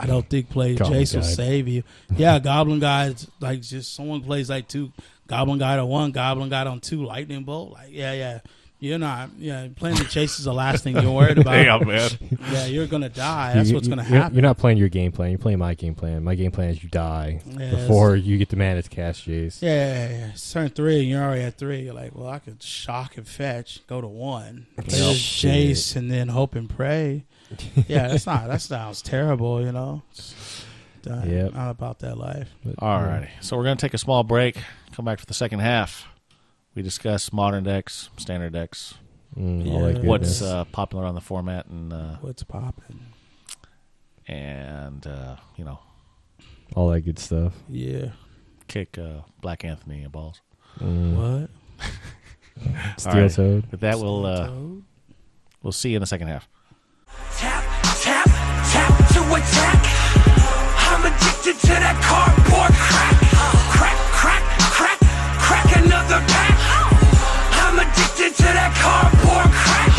S2: I don't think play
S4: Goblin
S2: Jace will
S4: Guide.
S2: save
S4: (laughs)
S2: you. Yeah, Goblin Guide, it's like just someone plays like two Goblin Guide on one, Goblin Guide on two, Lightning Bolt. Like, yeah, yeah. You're not, yeah. Playing the chase is the last thing you're
S4: (laughs)
S2: worried about.
S3: Yeah, man.
S2: Yeah, you're gonna die. That's
S4: You-
S2: what's
S4: you-
S2: gonna
S4: you're-
S2: happen.
S4: You're not playing your game plan. You're playing my game plan. My game plan is you die
S2: Yeah,
S4: before you get the mana to cast Jace.
S2: Yeah, yeah, yeah. It's turn three and you're already at three. You're like, well, I could shock and fetch, go to one, play
S4: Yep.
S2: this Jace, and then hope and pray.
S4: (laughs)
S2: Yeah, that's not that sounds terrible, you know. It's Not,
S4: Yep.
S2: not about that life.
S3: All righty. So we're going to take a small break, come back for the second half. We discuss modern decks, standard decks,
S4: Mm, all
S2: Yeah.
S4: that
S3: what's
S4: goodness.
S3: uh, popular on the format, and uh,
S2: What's popping?
S3: and uh, you know,
S4: all that good stuff.
S2: Yeah.
S3: kick uh, Black Anthony in the balls.
S4: Mm-hmm.
S2: What?
S4: Steel
S3: right.
S4: Toad.
S3: With that, we'll uh, we'll see you in the second half.
S1: Tap, tap, tap to attack. I'm addicted to that cardboard crack. Crack, crack, crack, crack another pack. I'm addicted to that cardboard crack.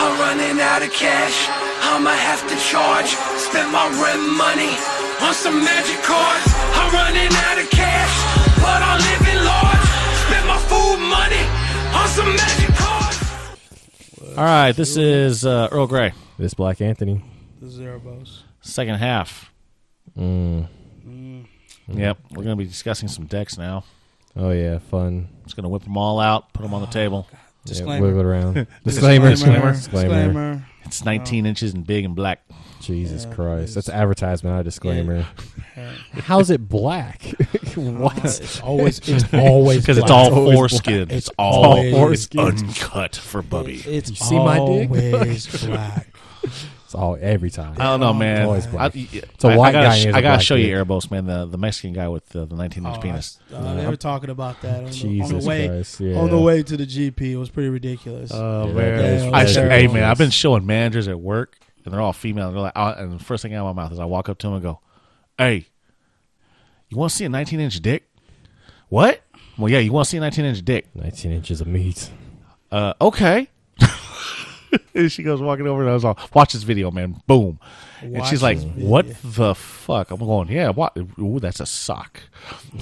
S1: I'm running out of cash. I'ma have to charge. Spend my rent money on some magic cards. I'm running out of cash, but I'm living large. Spend my food money on some magic cards.
S3: All right. This is uh, Earl Grey,
S4: This Black Anthony.
S2: The Zerbos.
S3: second half.
S4: Mm.
S3: Yep. We're going to be discussing some decks now.
S4: Oh yeah, fun.
S3: Just going to whip them all out, put them on the table.
S4: Yeah,
S2: Disclaimer.
S4: wiggle
S2: (laughs)
S4: it around. Disclaimer.
S2: Disclaimer.
S4: (laughs) Disclaimer.
S2: Disclaimer.
S3: It's 19 inches and big and black.
S4: Jesus
S2: Yeah,
S4: Christ, that's
S2: it's-
S4: advertisement, not a disclaimer. (laughs) How's it (laughs) black? what?
S2: It's always it's always
S3: (laughs) Because it's
S2: black.
S3: all
S4: always
S3: foreskin.
S2: black.
S3: It's
S2: It's
S3: all
S2: always-
S3: it's
S4: Foreskin.
S3: uncut for Bubby.
S2: It's
S4: You see my dick?
S2: always
S4: (laughs)
S2: black.
S4: It's all every time.
S3: I don't know, man.
S4: always black.
S3: I,
S4: It's a white
S3: I gotta,
S4: guy and
S3: sh-
S4: he's
S3: I
S4: a
S3: gotta
S4: black
S3: show
S4: kid.
S3: you Erebos, man, the, the Mexican guy with the, the 19 inch
S2: Oh,
S3: penis.
S2: I- uh, they were talking about that on, the, on the
S4: Uh-huh. Jesus
S2: way
S4: Christ, yeah. Uh,
S2: on the way to the GP. It was pretty ridiculous.
S3: Oh
S4: Yeah,
S2: that was
S3: I
S2: really
S3: sh-
S2: terrible.
S3: hey man, I've been showing managers at work, and they're all female. And, they're like, oh, and the first thing out of my mouth is I walk up to them and go, "Hey, you want to see a 19 inch dick? What? Well, yeah, you want to see a 19 inch dick?
S4: 19 inches of meat.
S3: Uh, okay." (laughs) and she goes walking over, and I was like, "Watch this video, man! Boom!" and
S2: Watch
S3: she's like,
S2: this video.
S3: "What the fuck?" I'm going, "Yeah, what? Ooh, that's a sock.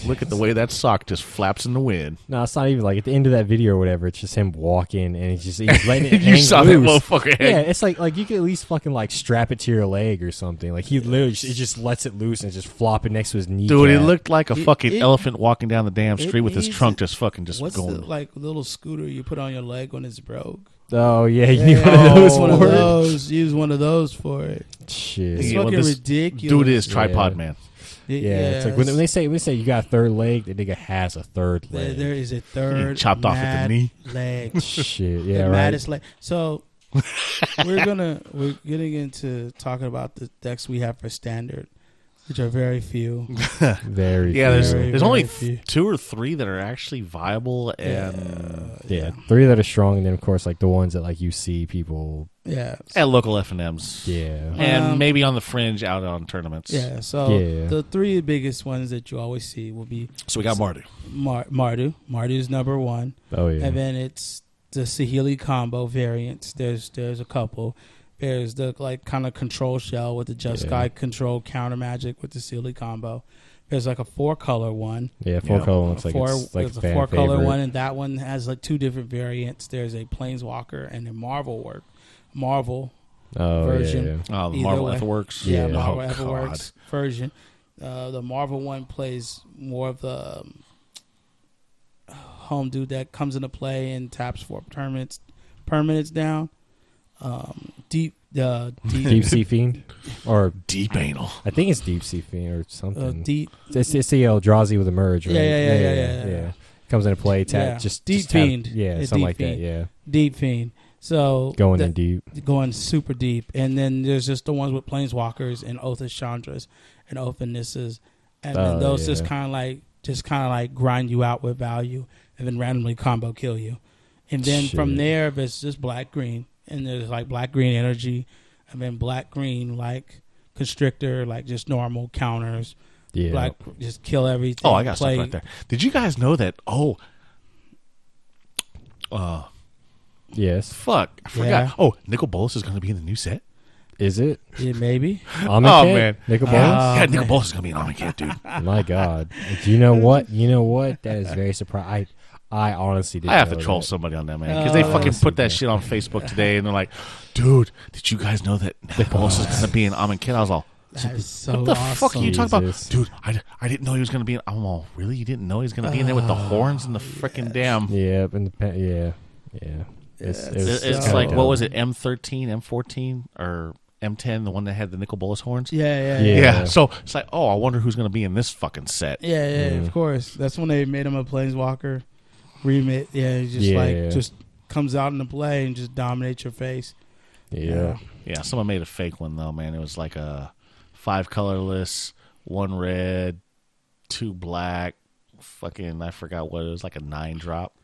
S3: Look at the way that sock just flaps in the wind."
S4: No, it's not even like at the end of that video or whatever. It's just him walking and he's just he's (laughs) letting it
S3: You
S4: hang
S3: saw that
S4: loose.
S3: motherfucker hang-
S4: Yeah, it's like like you could at least fucking like strap it to your leg or something. Like he literally just, it just lets it loose and it's just flopping next to his knee.
S3: Dude, it looked like a
S2: It-
S3: fucking
S2: it-
S3: elephant walking down the damn
S2: it
S3: street with his
S2: needs
S3: trunk
S2: to-
S3: just fucking just
S2: What's
S3: going.
S2: the like little scooter you put on your leg when it's broke?
S4: Oh yeah, (laughs) Oh, you need one of
S2: Yeah,
S4: those
S2: one of
S4: for it?
S2: those. Use one of those for it. It's
S4: Shit.
S3: Yeah, well,
S2: fucking
S3: this
S2: ridiculous.
S3: Dude is tripod
S4: Yeah.
S3: man.
S2: Y-
S4: Yeah, it's like when, when they say when they say you got a third leg, the nigga has a third
S2: there-
S4: leg.
S2: there is a third
S3: chopped off at the
S2: mad
S3: knee.
S2: leg. (laughs)
S4: Shit, yeah,
S2: the
S4: right.
S2: maddest leg. So we're gonna we're getting into talking about the decks we have for standard, which are very few.
S4: (laughs) Very.
S3: Yeah, there's
S4: few.
S2: Very,
S3: there's only
S2: very few.
S3: th- two or three that are actually viable, and
S4: yeah, three that are strong, and then of course like the ones that like you see people.
S2: Yeah.
S3: at local F and M's,
S4: Yeah.
S3: and
S2: Um,
S3: maybe on the fringe out on tournaments.
S2: Yeah, so
S4: Yeah.
S2: the three biggest ones that you always see will be
S3: So we got Marty.
S2: Mar- Mardu. Mardu's number one,
S4: Oh yeah.
S2: and then it's the Sahili combo variants. There's there's a couple. There's the like kind of control shell with the Just
S4: Yeah.
S2: Guy control counter magic with the Sahili combo. There's like a four color one.
S4: yeah, four
S3: yeah.
S4: color one looks like
S2: four,
S4: Oh, it's like
S2: there's a
S4: fan
S2: four color
S4: favorite.
S2: one, and that one has like two different variants. There's a Planeswalker and a Marvel work, Marvel
S4: Oh
S2: version.
S4: yeah.
S3: Oh, the
S2: Either
S3: Marvel
S2: way.
S3: Etherworks.
S2: Yeah,
S4: Yeah.
S2: Marvel
S3: Oh,
S2: Everworks version. Uh, the Marvel one plays more of the um, home dude that comes into play and taps for permanents, permanents down. Um, deep, uh, deep,
S4: (laughs) Deep sea fiend, or
S3: Deep anal.
S4: I think it's deep sea fiend or
S2: uh,
S4: something.
S2: deep.
S4: It's it's the Eldrazi with a merge, right?
S2: Yeah, yeah, yeah, yeah, yeah, yeah.
S4: Comes into play, tap,
S2: Yeah.
S4: just
S2: Deep
S4: just tap-
S2: fiend.
S4: yeah,
S2: It's
S4: something
S2: deep
S4: like
S2: fiend.
S4: that, yeah.
S2: deep fiend. So
S4: Going
S2: the-
S4: in deep.
S2: going super deep, and then there's just the ones with planeswalkers and Othas Chandras and Ophanisses, and then
S4: Oh,
S2: those
S4: yeah.
S2: just kind of like just kind of like grind you out with value, and then randomly combo kill you, and then from
S4: Shit.
S2: there it's just black green, and there's like black green energy, and then black green like constrictor, like just normal counters.
S4: Yeah.
S2: Like just kill everything.
S3: Oh, I got
S2: play-
S3: stuff right there. Did you guys know that? Oh,
S4: Yes.
S3: fuck. I forgot.
S2: Yeah.
S3: Oh, Nicol Bolas is going to be in the new set.
S2: (laughs)
S4: Is it?
S2: Yeah,
S3: (laughs)
S2: maybe.
S4: Almond
S3: Oh,
S4: Cat?
S3: man.
S4: Nickel
S2: Uh,
S4: Bolas?
S2: Oh,
S3: yeah, Nicol Bolas is going to be in Army Cat, dude. (laughs)
S4: My God. Do you know what? You know what? That is very surprising. I I honestly didn't
S3: I have to
S4: know
S3: troll
S4: that.
S3: somebody on that, man. Because they
S2: Oh,
S3: fucking put that shit on Facebook today and they're like, dude, did you guys know that Nicol Bolas is going to be in Army Cat? I was all,
S2: That is so
S3: What the
S2: awesome.
S3: fuck are you talking about,
S4: Jesus.
S3: dude? I, I didn't know he was gonna be. in I'm all really. You didn't know he was gonna be in there with the
S2: Oh,
S3: horns and the freaking damn.
S4: Yeah, and the pa- yeah, yeah. It's,
S2: It-
S4: it was-
S3: It-
S2: it's
S3: It's
S4: kinda
S3: like
S4: dumb.
S3: what was it? M13, M14, or M10? The one that had the nickel bolus horns.
S2: Yeah, yeah,
S4: Yeah.
S2: yeah,
S3: Yeah. So it's like, oh, I wonder who's gonna be in this fucking set.
S2: yeah, yeah, Of course, that's when they made him a planeswalker remit. Yeah, he just
S4: Yeah.
S2: like just comes out in the play and just dominates your face.
S4: Yeah,
S3: Yeah. Someone made a fake one though, man. It was like a five colorless, one red, two black. Fucking, I forgot what it was. Like a nine drop.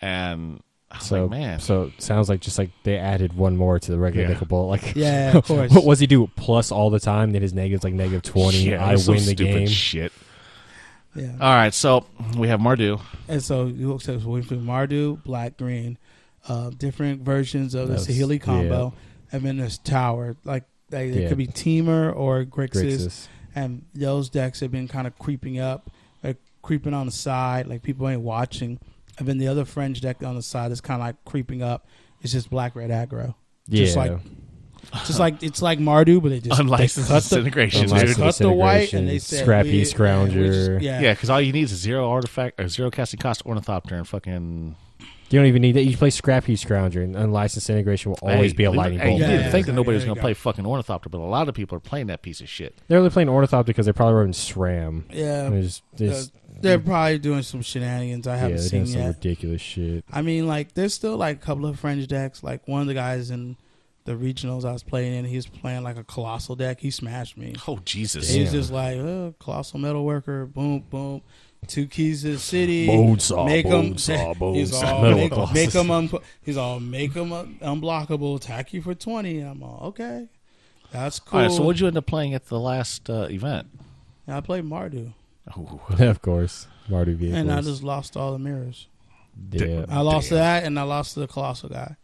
S3: And I was
S4: so
S3: like, man.
S4: so it sounds like just like they added one more to the regular
S3: Yeah.
S4: nickel ball. Like
S2: Yeah, of course.
S4: (laughs) what was he do plus all the time? Then his negative's like negative twenty.
S3: Yeah,
S4: I win
S3: that's some
S4: the
S3: stupid
S4: game.
S3: Shit.
S2: Yeah.
S3: All right, so we have Mardu.
S2: And so you look at Winfield Mardu, Black Green, uh, different versions of the
S4: That's-
S2: Sahili combo, and then there's Tower. Like they, they
S4: Yeah.
S2: could be Teamer or Grixis,
S4: Grixis.
S2: and those decks have been kind of creeping up, like creeping on the side, like people ain't watching. And then the other fringe deck on the side is kind of like creeping up. It's just black red aggro. Just
S4: Yeah.
S2: like just like it's like Mardu, but it just they
S3: Unlicensed
S2: cut the-
S3: disintegration,
S2: they
S3: dude.
S2: cut the white and they
S4: Unlicensed
S2: said
S4: Scrappy
S2: we- yeah, we
S4: Scrounger.
S2: just-
S3: Yeah, because all you need is a zero artifact or zero casting cost ornithopter and fucking.
S4: You don't even need that. You play Scrappy Scrounger, and unlicensed integration will always
S3: Hey,
S4: be a
S3: we-
S4: lightning
S3: Hey,
S4: bolt.
S3: you
S2: Yeah,
S3: didn't
S2: yeah,
S3: think that
S2: exactly.
S3: nobody was
S2: There you
S3: going to
S2: go.
S3: play fucking ornithopter, but a lot of people are playing that piece of shit.
S4: They're only playing Ornithopter because they probably were in SRAM.
S2: Yeah.
S4: They just- they
S2: Uh,
S4: just-
S2: they're probably doing some shenanigans I
S4: yeah,
S2: haven't
S4: they're
S2: seen
S4: doing some
S2: yet.
S4: ridiculous shit. (laughs)
S2: I mean, like there's still like a couple of French decks. Like one of the guys in the regionals I was playing in, he was playing like a colossal deck. He smashed me.
S3: Oh Jesus!
S2: He's just like oh, colossal metal worker. Boom, boom. Two keys to the city.
S4: Bonesaw,
S2: make him. (laughs)
S4: bonesaw,
S2: he's
S4: bonesaw.
S2: all
S4: Metal
S2: make,
S4: colossus.
S2: make him. Un- he's all make him un- unblockable. Attack you for twenty. And I'm all okay. That's cool.
S3: All right, so what'd you end up playing at the last uh, event?
S2: And I played Mardu,
S3: Ooh,
S4: of course, Mardu vehicles.
S2: and I just lost all the mirrors.
S4: yeah.
S2: I lost that, and I lost to the colossal guy.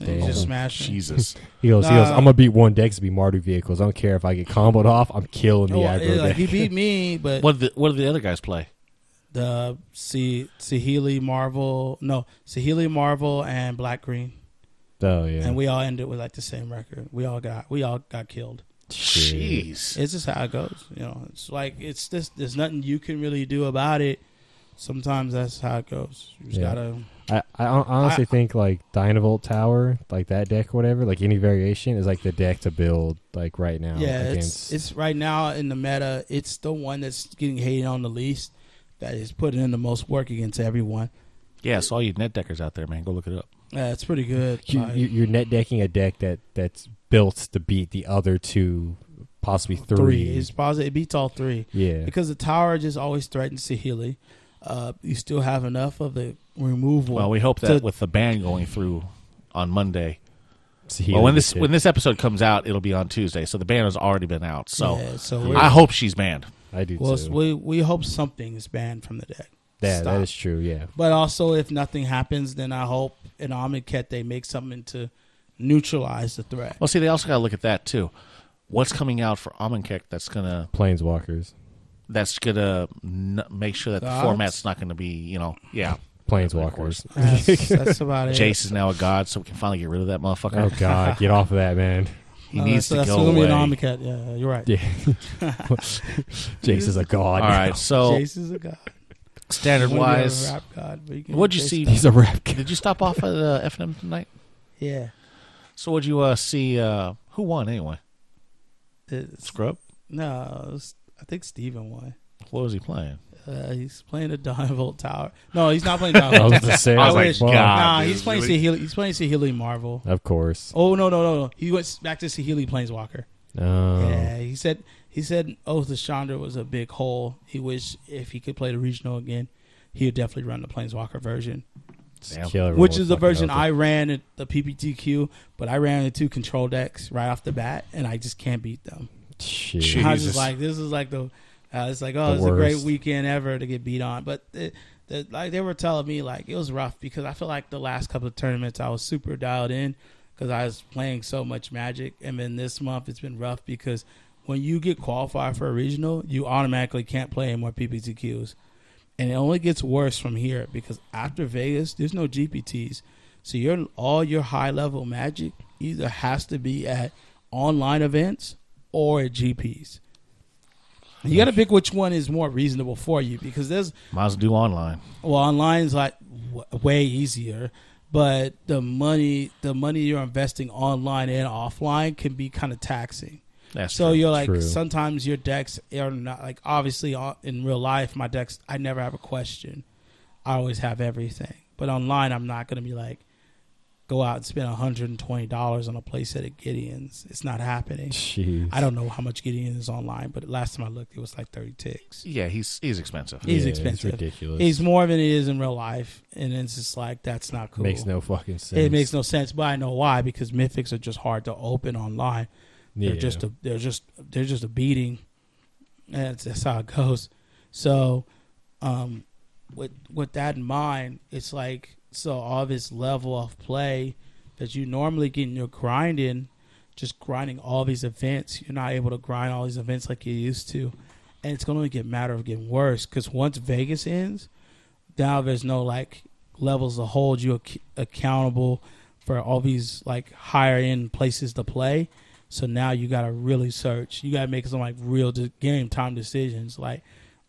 S2: And he
S4: Damn.
S2: just smashed me.
S3: Jesus!
S4: He goes, he goes,
S2: Nah.
S4: I'm gonna beat one deck to be Mardu vehicles. I don't care if I get comboed off, I'm killing the
S2: Oh,
S4: aggro
S2: yeah, like
S4: deck.
S2: he beat me, but
S3: (laughs) what did the, what did the other guys play?
S2: the C Sahili Marvel, no Sahili Marvel and Black Green,
S4: oh yeah.
S2: and we all ended with like the same record. We all got we all got killed.
S4: Shit.
S3: Jeez!
S2: It's just how it goes, you know. It's like it's just there's nothing you can really do about it. Sometimes that's how it goes. You just
S4: Yeah.
S2: gotta
S4: I, I hon- honestly
S2: I-
S4: think like Dynavolt Tower, like that deck, whatever, like any variation is like the deck to build like right now.
S2: yeah. It's
S4: against,
S2: it's right now in the meta. It's the one that's getting hated on the least. That is putting in the most work against everyone.
S3: Yeah, so all you net deckers out there, man, go look it up.
S2: Yeah, it's pretty good.
S4: you,
S2: Like,
S4: you, you're net decking a deck that that's built to beat the other two, possibly three.
S2: three. It's positive. It beats all three.
S4: yeah,
S2: because the tower just always threatens Sahili. Uh, you still have enough of the removal.
S3: Well, we hope
S2: to-
S3: that with the ban going through on Monday.
S4: So he
S3: Well, when
S4: already
S3: this
S4: did.
S3: when this episode comes out, it'll be on Tuesday. So the ban has already been out. So
S2: Yeah, so we're-
S3: I hope she's banned.
S4: I do
S2: well,
S4: too.
S2: we we hope something is banned from the deck.
S4: that
S2: Stop.
S4: that is true. Yeah,
S2: But also, if nothing happens, then I hope in Amicat they make something to neutralize the threat.
S3: Well, see, they also got to look at that too. What's coming out for Almancake that's gonna
S4: planeswalkers,
S3: that's gonna n- make sure that the
S2: Gods?
S3: format's not gonna be you know yeah.
S4: planeswalkers.
S2: (laughs)
S3: (laughs)
S2: That's, that's about it.
S3: Jace is now a god, so we can finally get rid of that motherfucker.
S2: (laughs)
S4: Oh God, get off of that, man.
S3: He
S2: Uh,
S3: needs
S2: so
S3: to
S2: that's
S3: go
S2: gonna
S3: away.
S2: be an Amicat. Yeah, you're right.
S4: (laughs)
S2: (laughs)
S4: Yeah. Jace is a god.
S3: All right, so
S2: Jace is a god.
S3: standard
S2: Wanna be a
S3: wise,
S2: rap god, but you can
S3: what'd you
S2: Jace-
S3: see?
S4: (laughs) He's a rap god.
S3: Did you stop off at uh, FNM tonight?
S2: Yeah,
S3: So what'd you uh, see? Uh, who won anyway?
S2: it's,
S3: Scrub.
S2: no, it's- I think Steven won.
S3: What was he playing?
S2: Uh, he's playing the (laughs) Donvolt Tower. No, he's not
S3: (laughs)
S2: playing
S4: I was
S2: Donvolt.
S4: gonna say, I
S3: I
S4: was
S3: was
S4: like,
S3: like,
S4: wow.
S3: God.
S2: nah,
S3: dude,
S2: he's playing
S3: really?
S2: Sahili. He's playing Sahili Marvel.
S4: Of course.
S2: Oh no no no no! He went back to Sahili Planeswalker.
S4: Oh.
S2: Yeah, he said he said Oath of Chandra was a big hole. He wished if he could play the regional again, he would definitely run the Planeswalker version.
S4: Just
S3: Damn.
S4: kill everyone
S2: which
S4: with
S2: is the
S4: fucking
S2: version
S4: Open.
S2: I ran at the PPTQ, but I ran into Control Decks right off the bat, and I just can't beat them.
S4: Shit.
S3: Shit.
S2: I was
S3: Jesus.
S2: just like, this is like the, uh, it's like, oh,
S4: The
S2: it's a great
S4: worst.
S2: weekend ever to get beat on. But it, the, like they were telling me, like it was rough because I feel like the last couple of tournaments I was super dialed in because I was playing so much Magic, and then this month it's been rough because when you get qualified for a regional, you automatically can't play any more PPTQs, and it only gets worse from here because after Vegas, there's no GPTs, so your all your high level Magic either has to be at online events or at GPs. You got to pick which one is more reasonable for you because there's
S3: Might as well do online.
S2: well online is like w- way easier, but the money the money you're investing online and offline can be kind of taxing.
S3: That's
S2: so
S3: true.
S2: you're like
S4: True.
S2: sometimes your decks are not like obviously uh, in real life my decks I never have a question, I always have everything. But online I'm not gonna be like go out and spend 120 dollars on a playset at Gideon's. It's not
S4: (laughs)
S2: happening.
S4: Jeez.
S2: I don't know how much Gideon is online, but last time I looked, it was like 30 ticks.
S3: Yeah, he's he's expensive.
S2: He's
S4: Yeah, it's
S2: expensive.
S4: ridiculous.
S2: He's more than it is in real life, and it's just like that's not cool.
S4: Makes no fucking sense.
S2: It makes no sense, but I know why because mythics are just hard to open online. They're
S4: Yeah.
S2: just a they're just they're just a beating. That's that's how it goes. So, um, with with that in mind, it's like so all this level of play that you normally get in your grinding, just grinding all these events, you're not able to grind all these events like you used to, and it's gonna get a matter of getting worse because once Vegas ends, now there's no like levels to hold you ac- accountable for all these like higher end places to play. So now you gotta really search. You gotta make some like real de- game time decisions. Like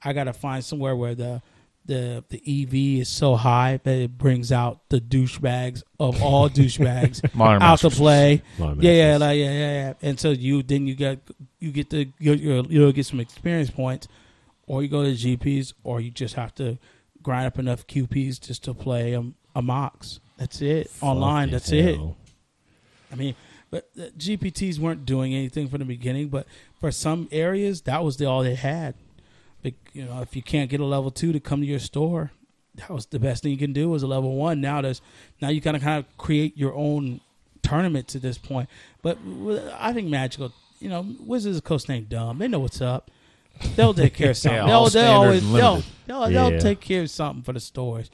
S2: I gotta find somewhere where the the the EV is so high that it brings out the douchebags of all douchebags
S3: Modern
S2: out to
S3: Masters.
S2: play.
S4: Modern
S2: Yeah, yeah,
S4: Masters.
S2: like yeah, yeah, yeah. And so you then you get you get the you you'll, you'll get some experience points, or you go to GPs, or you just have to grind up enough QPs just to play a, a mox. That's it online.
S4: Fucking
S2: That's it.
S4: hell.
S2: I mean, but uh, GPTs weren't doing anything from the beginning. But for some areas, that was the all they had. But, you know, if you can't get a level two to come to your store, that was the best thing you can do was a level one. Now there's now you kind of kind of create your own tournaments at this point. But w- I think magical, you know, Wizards of Coast ain't dumb. They know what's up. They'll take
S3: (laughs)
S2: care of something.
S3: Yeah,
S2: they'll
S3: all
S2: they'll
S3: standard
S2: always
S3: and
S2: they'll
S3: limited.
S2: they'll,
S4: Yeah.
S2: they'll take care of something for the stores.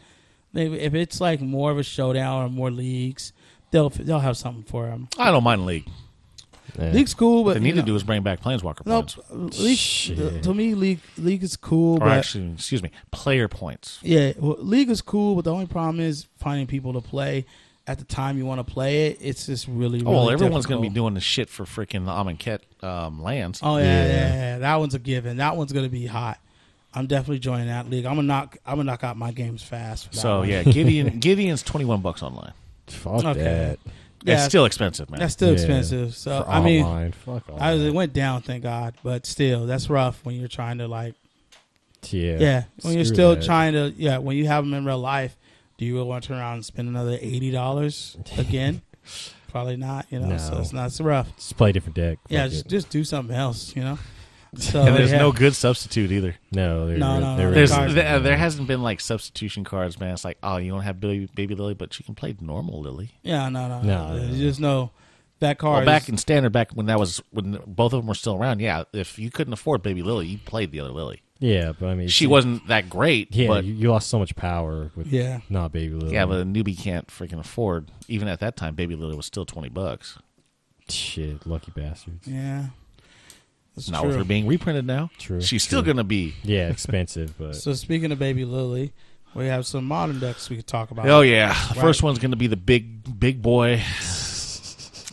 S2: Maybe if it's like more of a showdown or more leagues, they'll they'll have something for them.
S3: I don't mind league.
S4: Yeah.
S2: League's cool, but
S3: What they need
S2: you know,
S3: to do is bring back Planeswalker
S2: nope.
S3: points,
S2: League, uh, to me, league league is cool,
S3: or
S2: but
S3: actually, excuse me, player points.
S2: yeah, well, league is cool. But the only problem is finding people to play at the time you want to play it. It's just really, really
S3: Oh, well, everyone's going to be
S2: difficult.
S3: doing the shit for freaking the Amonkhet um, lands.
S2: Oh yeah, yeah, yeah, that one's a given. That one's gonna be hot. I'm definitely joining that league. I'm gonna knock. I'm gonna knock out my games fast. For that
S3: so
S2: one. (laughs)
S3: yeah, Gideon Gideon's twenty one bucks online.
S4: Fuck
S2: Okay.
S4: that.
S2: yeah,
S3: it's still expensive, man.
S2: that's still
S4: Yeah.
S2: expensive. So
S4: For
S2: I mean,
S4: online. Fuck all
S2: I was,
S3: Oh,
S4: that.
S2: it went down, thank God. But still, that's rough when you're trying to like
S4: yeah.
S2: Yeah, when you're
S4: Screw
S2: still
S4: that.
S2: trying to, yeah, when you have them in real life, do you really want to turn around and spend another eighty dollars
S3: (laughs)
S2: again? Probably not, you know. So
S4: No.
S2: it's not it's rough.
S4: Just play a different deck.
S2: Yeah,
S4: Fuck
S2: just,
S4: it.
S2: just do something else, you know. So
S3: (laughs) and there's
S2: yeah.
S3: no good substitute either.
S4: no, there,
S2: No, no,
S4: there
S2: no,
S3: There's uh,
S4: is-
S2: Cards.
S3: there, there hasn't been like substitution cards, man. It's like, oh, you don't have baby, baby Lily, but you can play normal Lily.
S2: yeah, no, no, no.
S4: No, no,
S2: There's
S4: no.
S2: just no that card.
S3: Well, back
S2: is-
S3: in standard, back when that was when both of them were still around, yeah. If you couldn't afford baby Lily, you played the other Lily.
S4: yeah, but I mean,
S3: She wasn't that great,
S4: Yeah,
S3: but
S4: you, you lost so much power with
S2: Yeah.
S4: not baby Lily.
S3: yeah, but a newbie can't freaking afford. Even at that time, baby Lily was still twenty bucks.
S4: shit, lucky bastards.
S2: yeah, that's
S3: Not
S2: true.
S3: with her being reprinted now.
S4: True,
S3: She's still
S4: true.
S3: gonna be.
S4: Yeah, expensive,
S2: (laughs)
S4: but
S2: so speaking of baby Lily, we have some modern decks we could talk about.
S3: Oh yeah, the
S2: Right.
S3: first one's gonna be the big big
S2: (laughs)
S3: boy,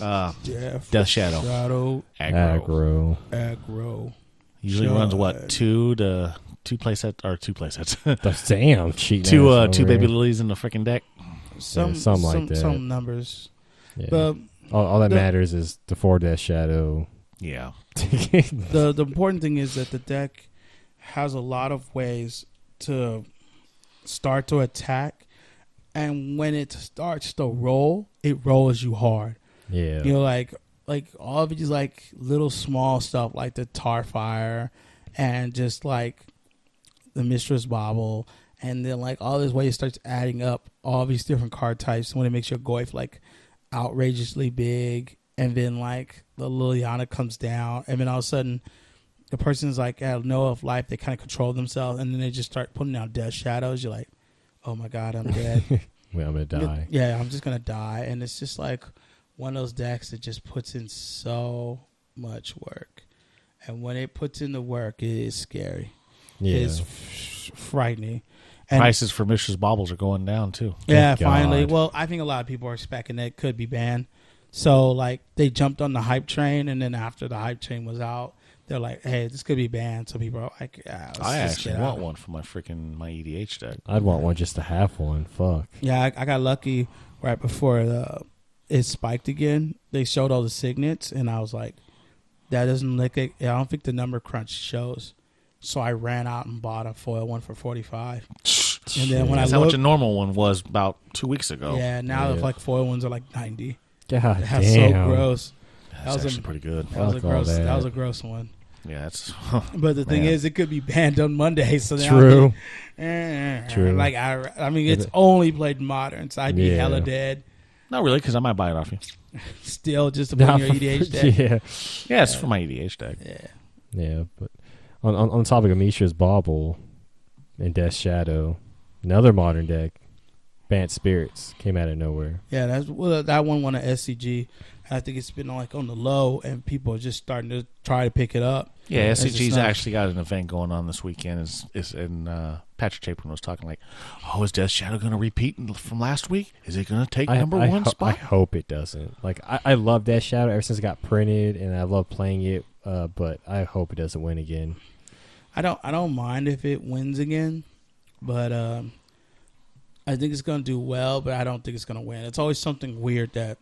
S3: Uh,
S2: Jeff
S3: Death Shadow.
S2: Shadow
S3: Aggro.
S4: aggro.
S2: Aggro.
S3: Usually runs what two to two playsets or two (laughs) playsets.
S4: The- Damn, cheating.
S3: two uh
S4: ass
S3: two
S4: over
S3: baby
S4: here.
S3: lilies in the freaking deck.
S2: Some
S4: something like
S2: some,
S4: that.
S2: some numbers,
S4: Yeah.
S2: but
S4: all, all that
S2: uh, the-
S4: matters is the four death shadow. (laughs)
S3: Yeah.
S2: the the important thing is that the deck has a lot of ways to start to attack and when it starts to roll it rolls you hard
S4: yeah,
S2: you know like like all of these like little small stuff like the tar fire and just like the mistress bobble and then like all this way it starts adding up all these different card types when it makes your goif like outrageously big and then like the Liliana comes down and then all of a sudden the person's like out of know of life they kind of control themselves and then they just start putting out death shadows you're like oh my god I'm dead
S4: Well, I'm gonna die.
S2: yeah I'm just gonna die and it's just like one of those decks that just puts in so much work and when it puts in the work it is scary
S4: Yeah.
S2: it's f- frightening and
S3: Prices for Mistress Baubles are going down too.
S2: Yeah,
S4: Thank
S2: finally.
S4: God.
S2: Well, I think a lot of people are expecting that it could be banned. So like they jumped on the hype train, and then after the hype train was out, they're like, "Hey, this could be banned." So people are like, "Yeah, let's
S3: I
S2: just
S3: actually
S2: get out
S3: want
S2: of it."
S3: one for my freaking my EDH deck.
S4: I'd want one just to have one. Fuck.
S2: Yeah, I, I got lucky right before the, it spiked again. They showed all the signets, and I was like, "That doesn't look. Like, I don't think the number crunch shows." So I ran out and bought a foil one for forty five, and then when
S3: That's
S2: I
S3: how much
S2: looked,
S3: a normal one was about two weeks ago.
S2: yeah, now the
S4: Oh, Yeah.
S2: like foil ones are like ninety.
S4: God
S2: That's
S4: damn.
S2: so gross.
S3: that's
S2: That was
S3: actually
S2: a-
S3: pretty good.
S2: That was a
S4: Fuck all
S2: gross. That.
S4: that.
S2: was a gross one.
S3: Yeah, that's (laughs)
S2: But the thing
S3: Man.
S2: is, it could be banned on Monday. So then (laughs)
S4: (laughs) True.
S2: I'll be,
S4: True.
S2: Like I, I mean, it's only played modern, so I'd be
S4: Yeah.
S2: hella dead
S3: not really because I might buy it off you.
S2: still just to put in your
S4: (laughs)
S2: EDH deck.
S4: yeah.
S3: Yeah, it's for my EDH deck.
S2: Yeah.
S4: Yeah, but on on, on the topic of Mishra's Bauble and Death Shadow, another modern deck, Bant Spirits came out of nowhere.
S2: yeah, that's well, that one won an SCG. I think it's been like on the low, and people are just starting to try to pick it up.
S3: Yeah,
S2: It's just
S3: SCG's
S2: not-
S3: actually got an event going on this weekend. Is is and uh, Patrick Chapin was talking like, "Oh, is Death Shadow going to repeat in- from last week? Is it going to take
S4: I,
S3: number
S4: I
S3: one
S4: ho- I
S3: spot?"
S4: hope it doesn't. Like I, I love Death Shadow ever since it got printed, and I love playing it. Uh, but I hope it doesn't win again.
S2: I don't, I don't mind if it wins again, but um, I think it's gonna do well. But I don't think it's gonna win. It's always something weird that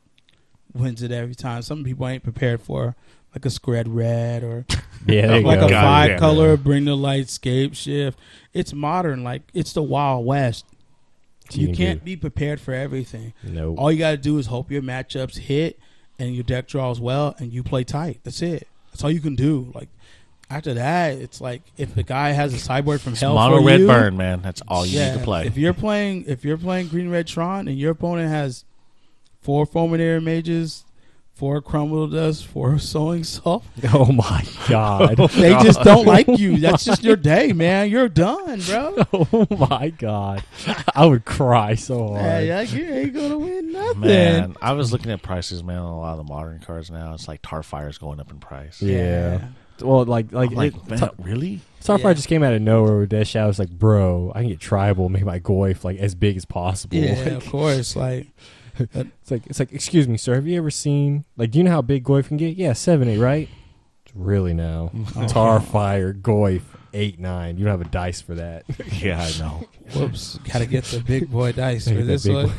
S2: wins it every time. Some people ain't prepared for, like a scred red or
S4: Yeah, there you
S2: like
S4: go.
S2: a
S3: God
S2: five
S3: damn it.
S2: color bring the lightscape shift. It's modern, like it's the Wild West.
S4: What
S2: You
S4: can
S2: can't
S4: do.
S2: be prepared for everything.
S4: Nope.
S2: All you got to do is hope your matchups hit and your deck draws well and you play tight. That's it. That's all you can do. Like after that, it's like if the guy has a cyborg from hell
S3: Mono
S2: for
S3: red
S2: you,
S3: burn, man. That's all you
S2: yeah,
S3: need to play.
S2: If you're playing, if you're playing green red Tron and your opponent has four formidary mages, four crumble dust, four (laughs) sewing salt,
S4: (laughs) Oh my god.
S3: (laughs)
S2: they
S4: (laughs)
S2: just don't like you. That's just your day, man. You're done,
S3: (laughs)
S2: bro.
S4: oh my god. I would cry so hard.
S2: Yeah, yeah, you ain't gonna win nothing.
S3: Man, I was looking at prices, man, on a lot of the modern cards now. It's like Tarfire's going up in price.
S4: Yeah. Well, like like,
S3: I'm like,
S4: it-
S3: man,
S4: Tar-
S3: really?
S4: Starfire
S2: Yeah.
S4: just came out of nowhere with Death Shadow. I was like, bro, I can get tribal, make my goif like as big as possible.
S2: Yeah,
S4: (laughs) Like,
S2: of course. Like,
S4: it's like it's like, excuse me, sir, have you ever seen like do you know how big goif can get? Yeah, seven eight, right? It's
S2: (laughs)
S4: Really now.
S2: Oh.
S4: Tarfire, goif, eight nine. You don't have a dice
S2: (laughs)
S4: for that.
S3: Yeah, I
S4: (laughs)
S3: know.
S2: whoops, gotta get the big boy dice for
S4: That
S2: this
S4: big
S2: one.
S4: boy.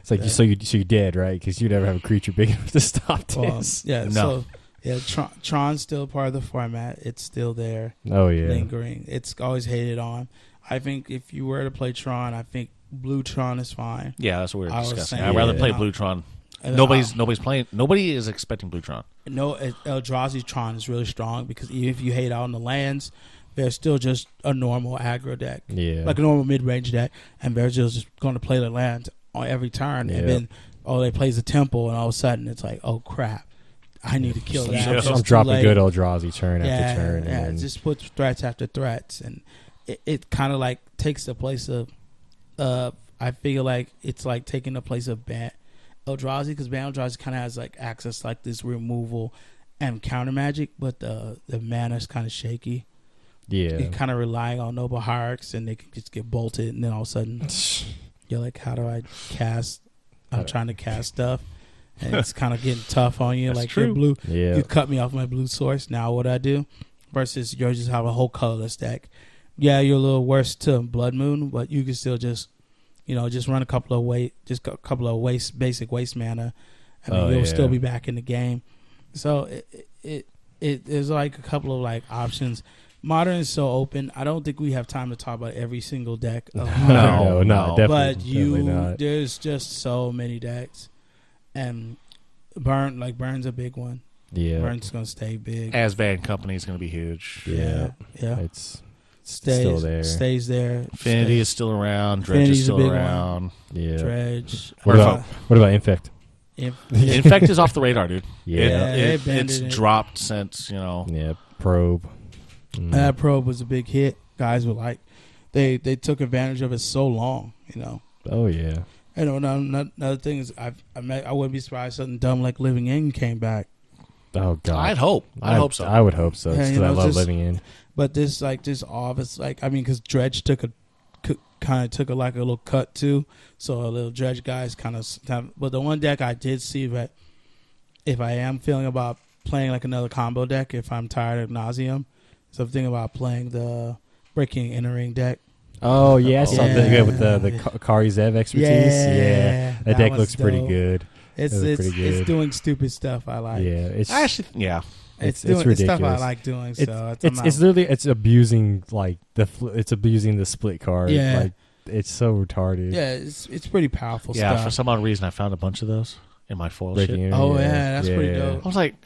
S4: It's like so you so you're dead, right? Because you never have a creature big (laughs) enough to stop
S2: Um, (laughs)
S4: this. (laughs)
S2: yeah,
S3: No.
S2: so yeah, Tron, Tron's still part of the format. It's still there,
S4: oh yeah.
S2: lingering. It's always hated on. I think if you were to play Tron, I think Blue Tron is fine.
S3: Yeah, that's what we
S2: I
S3: were
S2: was
S3: discussing.
S2: saying,
S3: I'd rather
S4: yeah.
S3: play Blutron.
S2: And
S3: Nobody's
S2: I'll-
S3: nobody's playing. Nobody is expecting Blutron.
S2: No, El- Eldrazi Tron is really strong because even if you hate out on the lands, they're still just a normal aggro deck.
S4: Yeah. (laughs)
S2: Like a normal mid range deck, and they're just going to play the lands on every turn.
S4: Yeah.
S2: And then, oh, they plays the temple, and all of a sudden it's like, oh crap, I need to kill that.
S3: Yeah.
S2: It's
S4: I'm,
S2: too
S4: dropping
S2: late.
S4: good Eldrazi turn
S2: yeah,
S4: after turn.
S2: Yeah,
S4: and
S2: it
S4: then-
S2: just puts threats after threats, and it, it kind of like takes the place of. Uh, I feel like it's like taking the place of Ban Eldrazi because Ban Eldrazi kind of has like access to, like this removal and counter magic, but the the mana's kind of shaky.
S4: yeah.
S2: You're kind of relying on noble hierarchs, and they can just get bolted, and then all of a sudden
S3: (laughs)
S2: you're like, how do I cast? I'm trying to cast stuff. And it's kind of getting tough on you.
S3: That's
S2: like
S3: true.
S2: your blue,
S4: Yeah. (laughs)
S2: you cut me off my blue source. Now what I do? Versus you just have a whole colorless deck. Yeah, you're a little worse to Blood Moon, but you can still just, you know, just run a couple of weight, just a couple of waste, basic waste mana, and then
S4: Oh,
S2: you'll
S4: yeah.
S2: still be back in the game. So it, it it there's like a couple of like options. Modern is so open. I don't think we have time to talk about every single deck.
S4: (laughs)
S2: Of Modern
S4: no, no,
S3: no.
S4: definitely,
S2: but
S4: definitely
S2: you
S4: not.
S2: there's just so many decks and burn like burn's a big one
S4: Yeah.
S2: burn's gonna stay big
S3: Asvan Company is going to be huge.
S4: Yeah.
S2: yeah, yeah.
S4: It's
S2: stays
S4: still there.
S2: stays there.
S3: Infinity
S2: Stays-
S3: is still around. Dredge
S2: Infinity's a
S3: is still
S2: big one.
S3: around.
S4: Yeah.
S2: Dredge.
S4: What
S3: We're
S4: about, what about Infect?
S2: Inf-
S4: (laughs)
S3: Infect is off the radar, dude.
S4: Yeah.
S3: It-
S2: Yeah,
S3: it-
S2: they
S3: it's
S2: abandoned it.
S3: dropped since you know.
S4: Yeah. Probe. Mm.
S2: that probe was a big hit. Guys were like, they they took advantage of it so long, you know.
S4: oh yeah.
S2: You know, another, another thing is, I I, met, I wouldn't be surprised if something dumb like Living In came back.
S4: Oh god.
S3: I'd hope. I'd, hope so.
S4: I would hope so.
S2: Yeah,
S4: Just
S2: you
S4: 'cause I
S2: know,
S4: love
S2: just-
S4: living in.
S2: But this like this office like I mean because Dredge took a kind of took a like a little cut too, so a little Dredge guys kind of. But the one deck I did see that if I am feeling about playing like another combo deck, if I'm tired of nauseum, so I'm thinking about playing the breaking entering deck.
S4: Oh yeah, I saw
S2: Yeah.
S4: that good with the the
S2: Yeah.
S4: Ka- Kari Zev expertise.
S2: Yeah,
S4: Yeah, that,
S2: that
S4: deck
S2: was
S4: looks pretty
S2: dope.
S4: good.
S2: It's
S4: Those are
S2: it's,
S4: pretty
S2: it's
S4: good.
S2: doing stupid stuff I like.
S4: yeah, it's
S3: I actually, yeah.
S2: it's,
S4: it's-
S2: doing
S4: it's
S2: it's stuff I
S4: ridiculous.
S2: like doing. So it's,
S4: it's it's, it's,
S2: I'm out.
S4: literally it's abusing like the fl- it's abusing the split card.
S2: Yeah.
S4: like, it's so retarded.
S2: yeah, it's it's pretty powerful
S3: Yeah, for
S2: stuff.
S3: some odd reason, I found a bunch of those in my foil shit.
S4: Breaking in,
S2: Oh, yeah, that's pretty dope.
S3: I was like,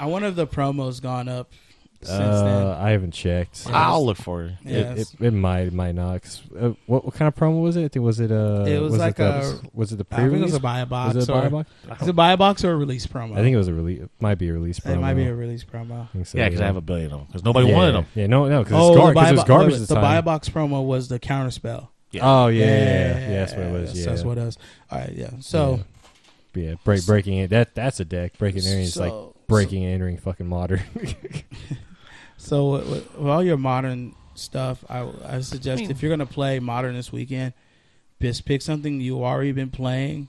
S2: I wonder if the promo's gone up since
S4: Uh, I haven't checked.
S2: Yeah.
S3: I'll look for it.
S2: then. Yeah,
S4: It, it, it might it might not. 'cause, uh, what what kind of promo was it? I think was it uh
S2: It was like
S4: the-
S2: a-
S4: was it the
S2: I think it
S4: pre-release?
S2: was a buy a box.
S4: Was it a
S2: or,
S4: buy box?
S2: Is it buy a box or a release promo?
S4: I think it was a release. Might be a release.
S2: it
S4: promo.
S2: might be a release promo.
S4: I think so,
S3: Yeah, because I have a billion of them. Because nobody
S4: yeah.
S3: wanted them.
S4: Yeah, no, no, because
S2: Oh,
S4: it's
S2: the
S4: gar-
S2: buy,
S4: cause it was
S2: bo-
S4: garbage.
S2: wait, wait,
S4: this
S2: the
S4: time.
S2: buy a box promo was the counter spell.
S4: Oh yeah, yeah, yeah, yeah, that's what it was.
S2: that's-
S4: Yeah,
S2: That's what it was. All right, yeah. So,
S4: yeah. yeah, break breaking it. That that's a deck breaking entering is like
S2: So-
S4: breaking and entering fucking modern. (laughs)
S2: so with, with all your modern stuff, I I suggest if you're gonna play modern this weekend, just pick something you already been playing,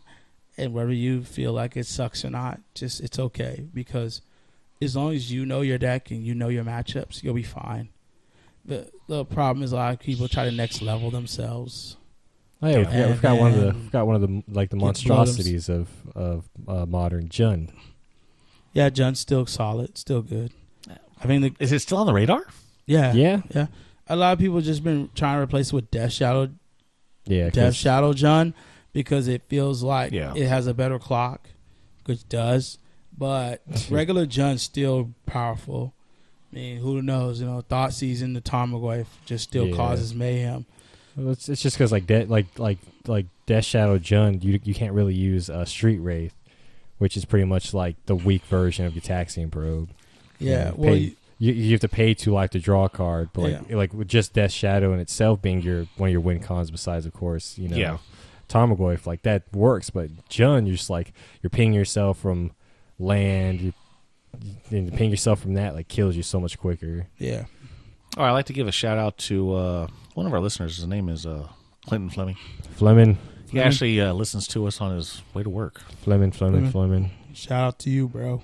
S2: and whether you feel like it sucks or not, just it's okay because as long as you know your deck and you know your matchups, you'll be fine. The the problem is a lot of people try to next level themselves.
S4: oh, yeah, we've, got, we've got one of the
S2: man.
S4: we've got one of the like the
S2: blow them-
S4: monstrosities of of uh, modern Jun.
S2: Yeah, Jun's still solid, still good. I mean, the,
S3: Is it still on the radar?
S2: yeah,
S4: Yeah,
S2: yeah. A lot of people just been trying to replace it with Death Shadow,
S4: yeah,
S2: Death
S4: 'cause-
S2: Shadow Jun, because it feels like
S3: Yeah.
S2: it has a better clock, which it does. But regular Jun's still powerful. I mean, who knows? You know, Thought Season, the Tarmogoyf just still
S4: Yeah.
S2: causes mayhem.
S4: Well, it's, it's just because like de- like like like Death Shadow Jun, you you can't really use uh, Street Wraith, which is pretty much like the weak version of Gataxian Probe.
S2: Yeah.
S4: you
S2: well,
S4: pay-
S2: you-
S4: you, you have to pay two life to draw a card, but like
S2: Yeah.
S4: like with just Death Shadow in itself being your one of your win cons. Besides, of course, you know,
S3: Yeah.
S4: Tarmogoyf like that works, but Jun, you're just like you're pinging yourself from land, you, and ping yourself from that like kills you so much quicker.
S2: yeah.
S3: All right, I'd like to give a shout out to uh, one of our listeners. His name is uh, Clinton Fleming.
S4: Fleming,
S3: He actually uh, listens to us on his way to work.
S4: Fleming, Fleming,
S2: Fleming.
S4: Fleming.
S2: Shout out to you, bro.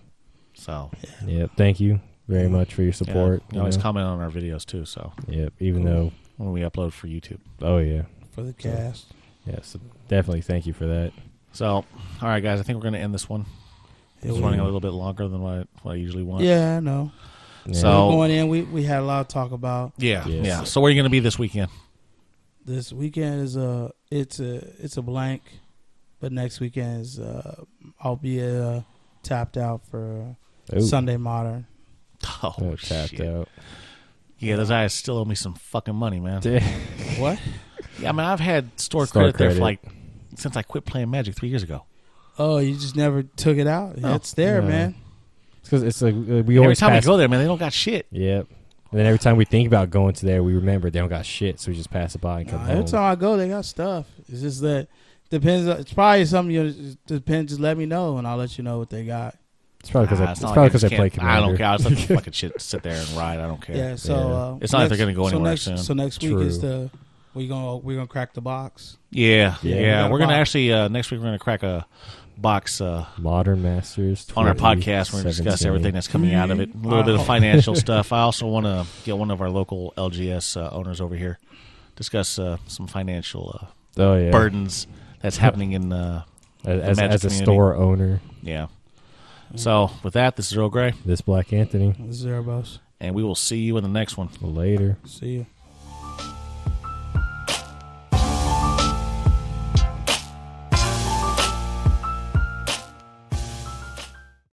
S3: So
S4: Yep, thank you very much for your
S3: yeah,
S4: support.
S3: he
S4: you
S3: always
S4: know.
S3: comment on our videos too. So
S4: Yep, even though,
S3: when we upload for YouTube.
S4: oh yeah,
S2: For the cast.
S4: yeah, so definitely thank you for that.
S3: So all right, guys, I think we're going to end this one.
S2: It
S3: It's
S2: was-
S4: Mm.
S3: running a little bit longer than what I, what I usually want.
S2: yeah, I know.
S4: Yeah.
S3: So- Oh.
S2: Going in, we, we had a lot of talk about
S3: Yeah,
S4: Yes.
S3: yeah. So where are you going to be this weekend? (laughs)
S2: this weekend is a it's a it's a blank, but next weekend is uh, I'll be uh, tapped out for
S4: Ooh,
S2: Sunday Modern.
S3: Oh,
S4: oh, tapped
S3: shit.
S4: (laughs) out.
S3: Yeah, those guys still owe me some fucking money, man.
S2: (laughs) What?
S3: Yeah, I mean, I've had store,
S4: Store
S3: credit, there
S4: credit.
S3: for like since I quit playing Magic three years ago.
S2: Oh, you just never took it out.
S3: No.
S2: it's there,
S4: No.
S2: man.
S4: because it's like uh, we
S3: Every
S4: always
S3: time I
S4: pass.
S3: go there, man, they don't got shit.
S4: Yep. And then every time we think about going to there, we remember they don't got shit, so we just pass it by and come
S2: Nah,
S4: home.
S2: every time I go, they got stuff. It's just that depends. It's probably something you it depends. Just let me know, and I'll let you know what they got.
S4: It's probably because
S3: Nah,
S4: I,
S3: it's
S4: it's
S3: not
S4: probably
S3: like
S4: 'cause I,
S3: just
S4: play
S3: can't-
S4: Commander.
S3: I don't care.
S4: (laughs)
S3: I just let the fucking shit sit there and ride. I don't care.
S2: Yeah. so uh,
S3: It's not like they're gonna
S2: so
S3: go anywhere
S2: next,
S3: soon.
S2: So next
S4: True.
S2: week is the we gonna we gonna crack the box.
S3: Yeah, yeah.
S4: Yeah.
S2: Yeah,
S3: We're gonna
S2: why?
S3: actually uh, next week we're gonna crack a box uh,
S4: Modern Masters
S3: on our
S4: 20,
S3: podcast. We're gonna discuss
S4: 17.
S3: everything that's coming out of it. A little bit of financial stuff. I also want to get one of our local LGS uh, owners over here, discuss uh, some financial uh,
S4: Oh yeah,
S3: burdens that's happening in. Uh,
S4: as,
S3: Magic
S4: as a
S3: community.
S4: store owner,
S3: yeah. So with that, this is Earl Grey,
S4: this Black Anthony
S2: Zerbos.
S3: and we will see you in the next one.
S4: later.
S2: See you.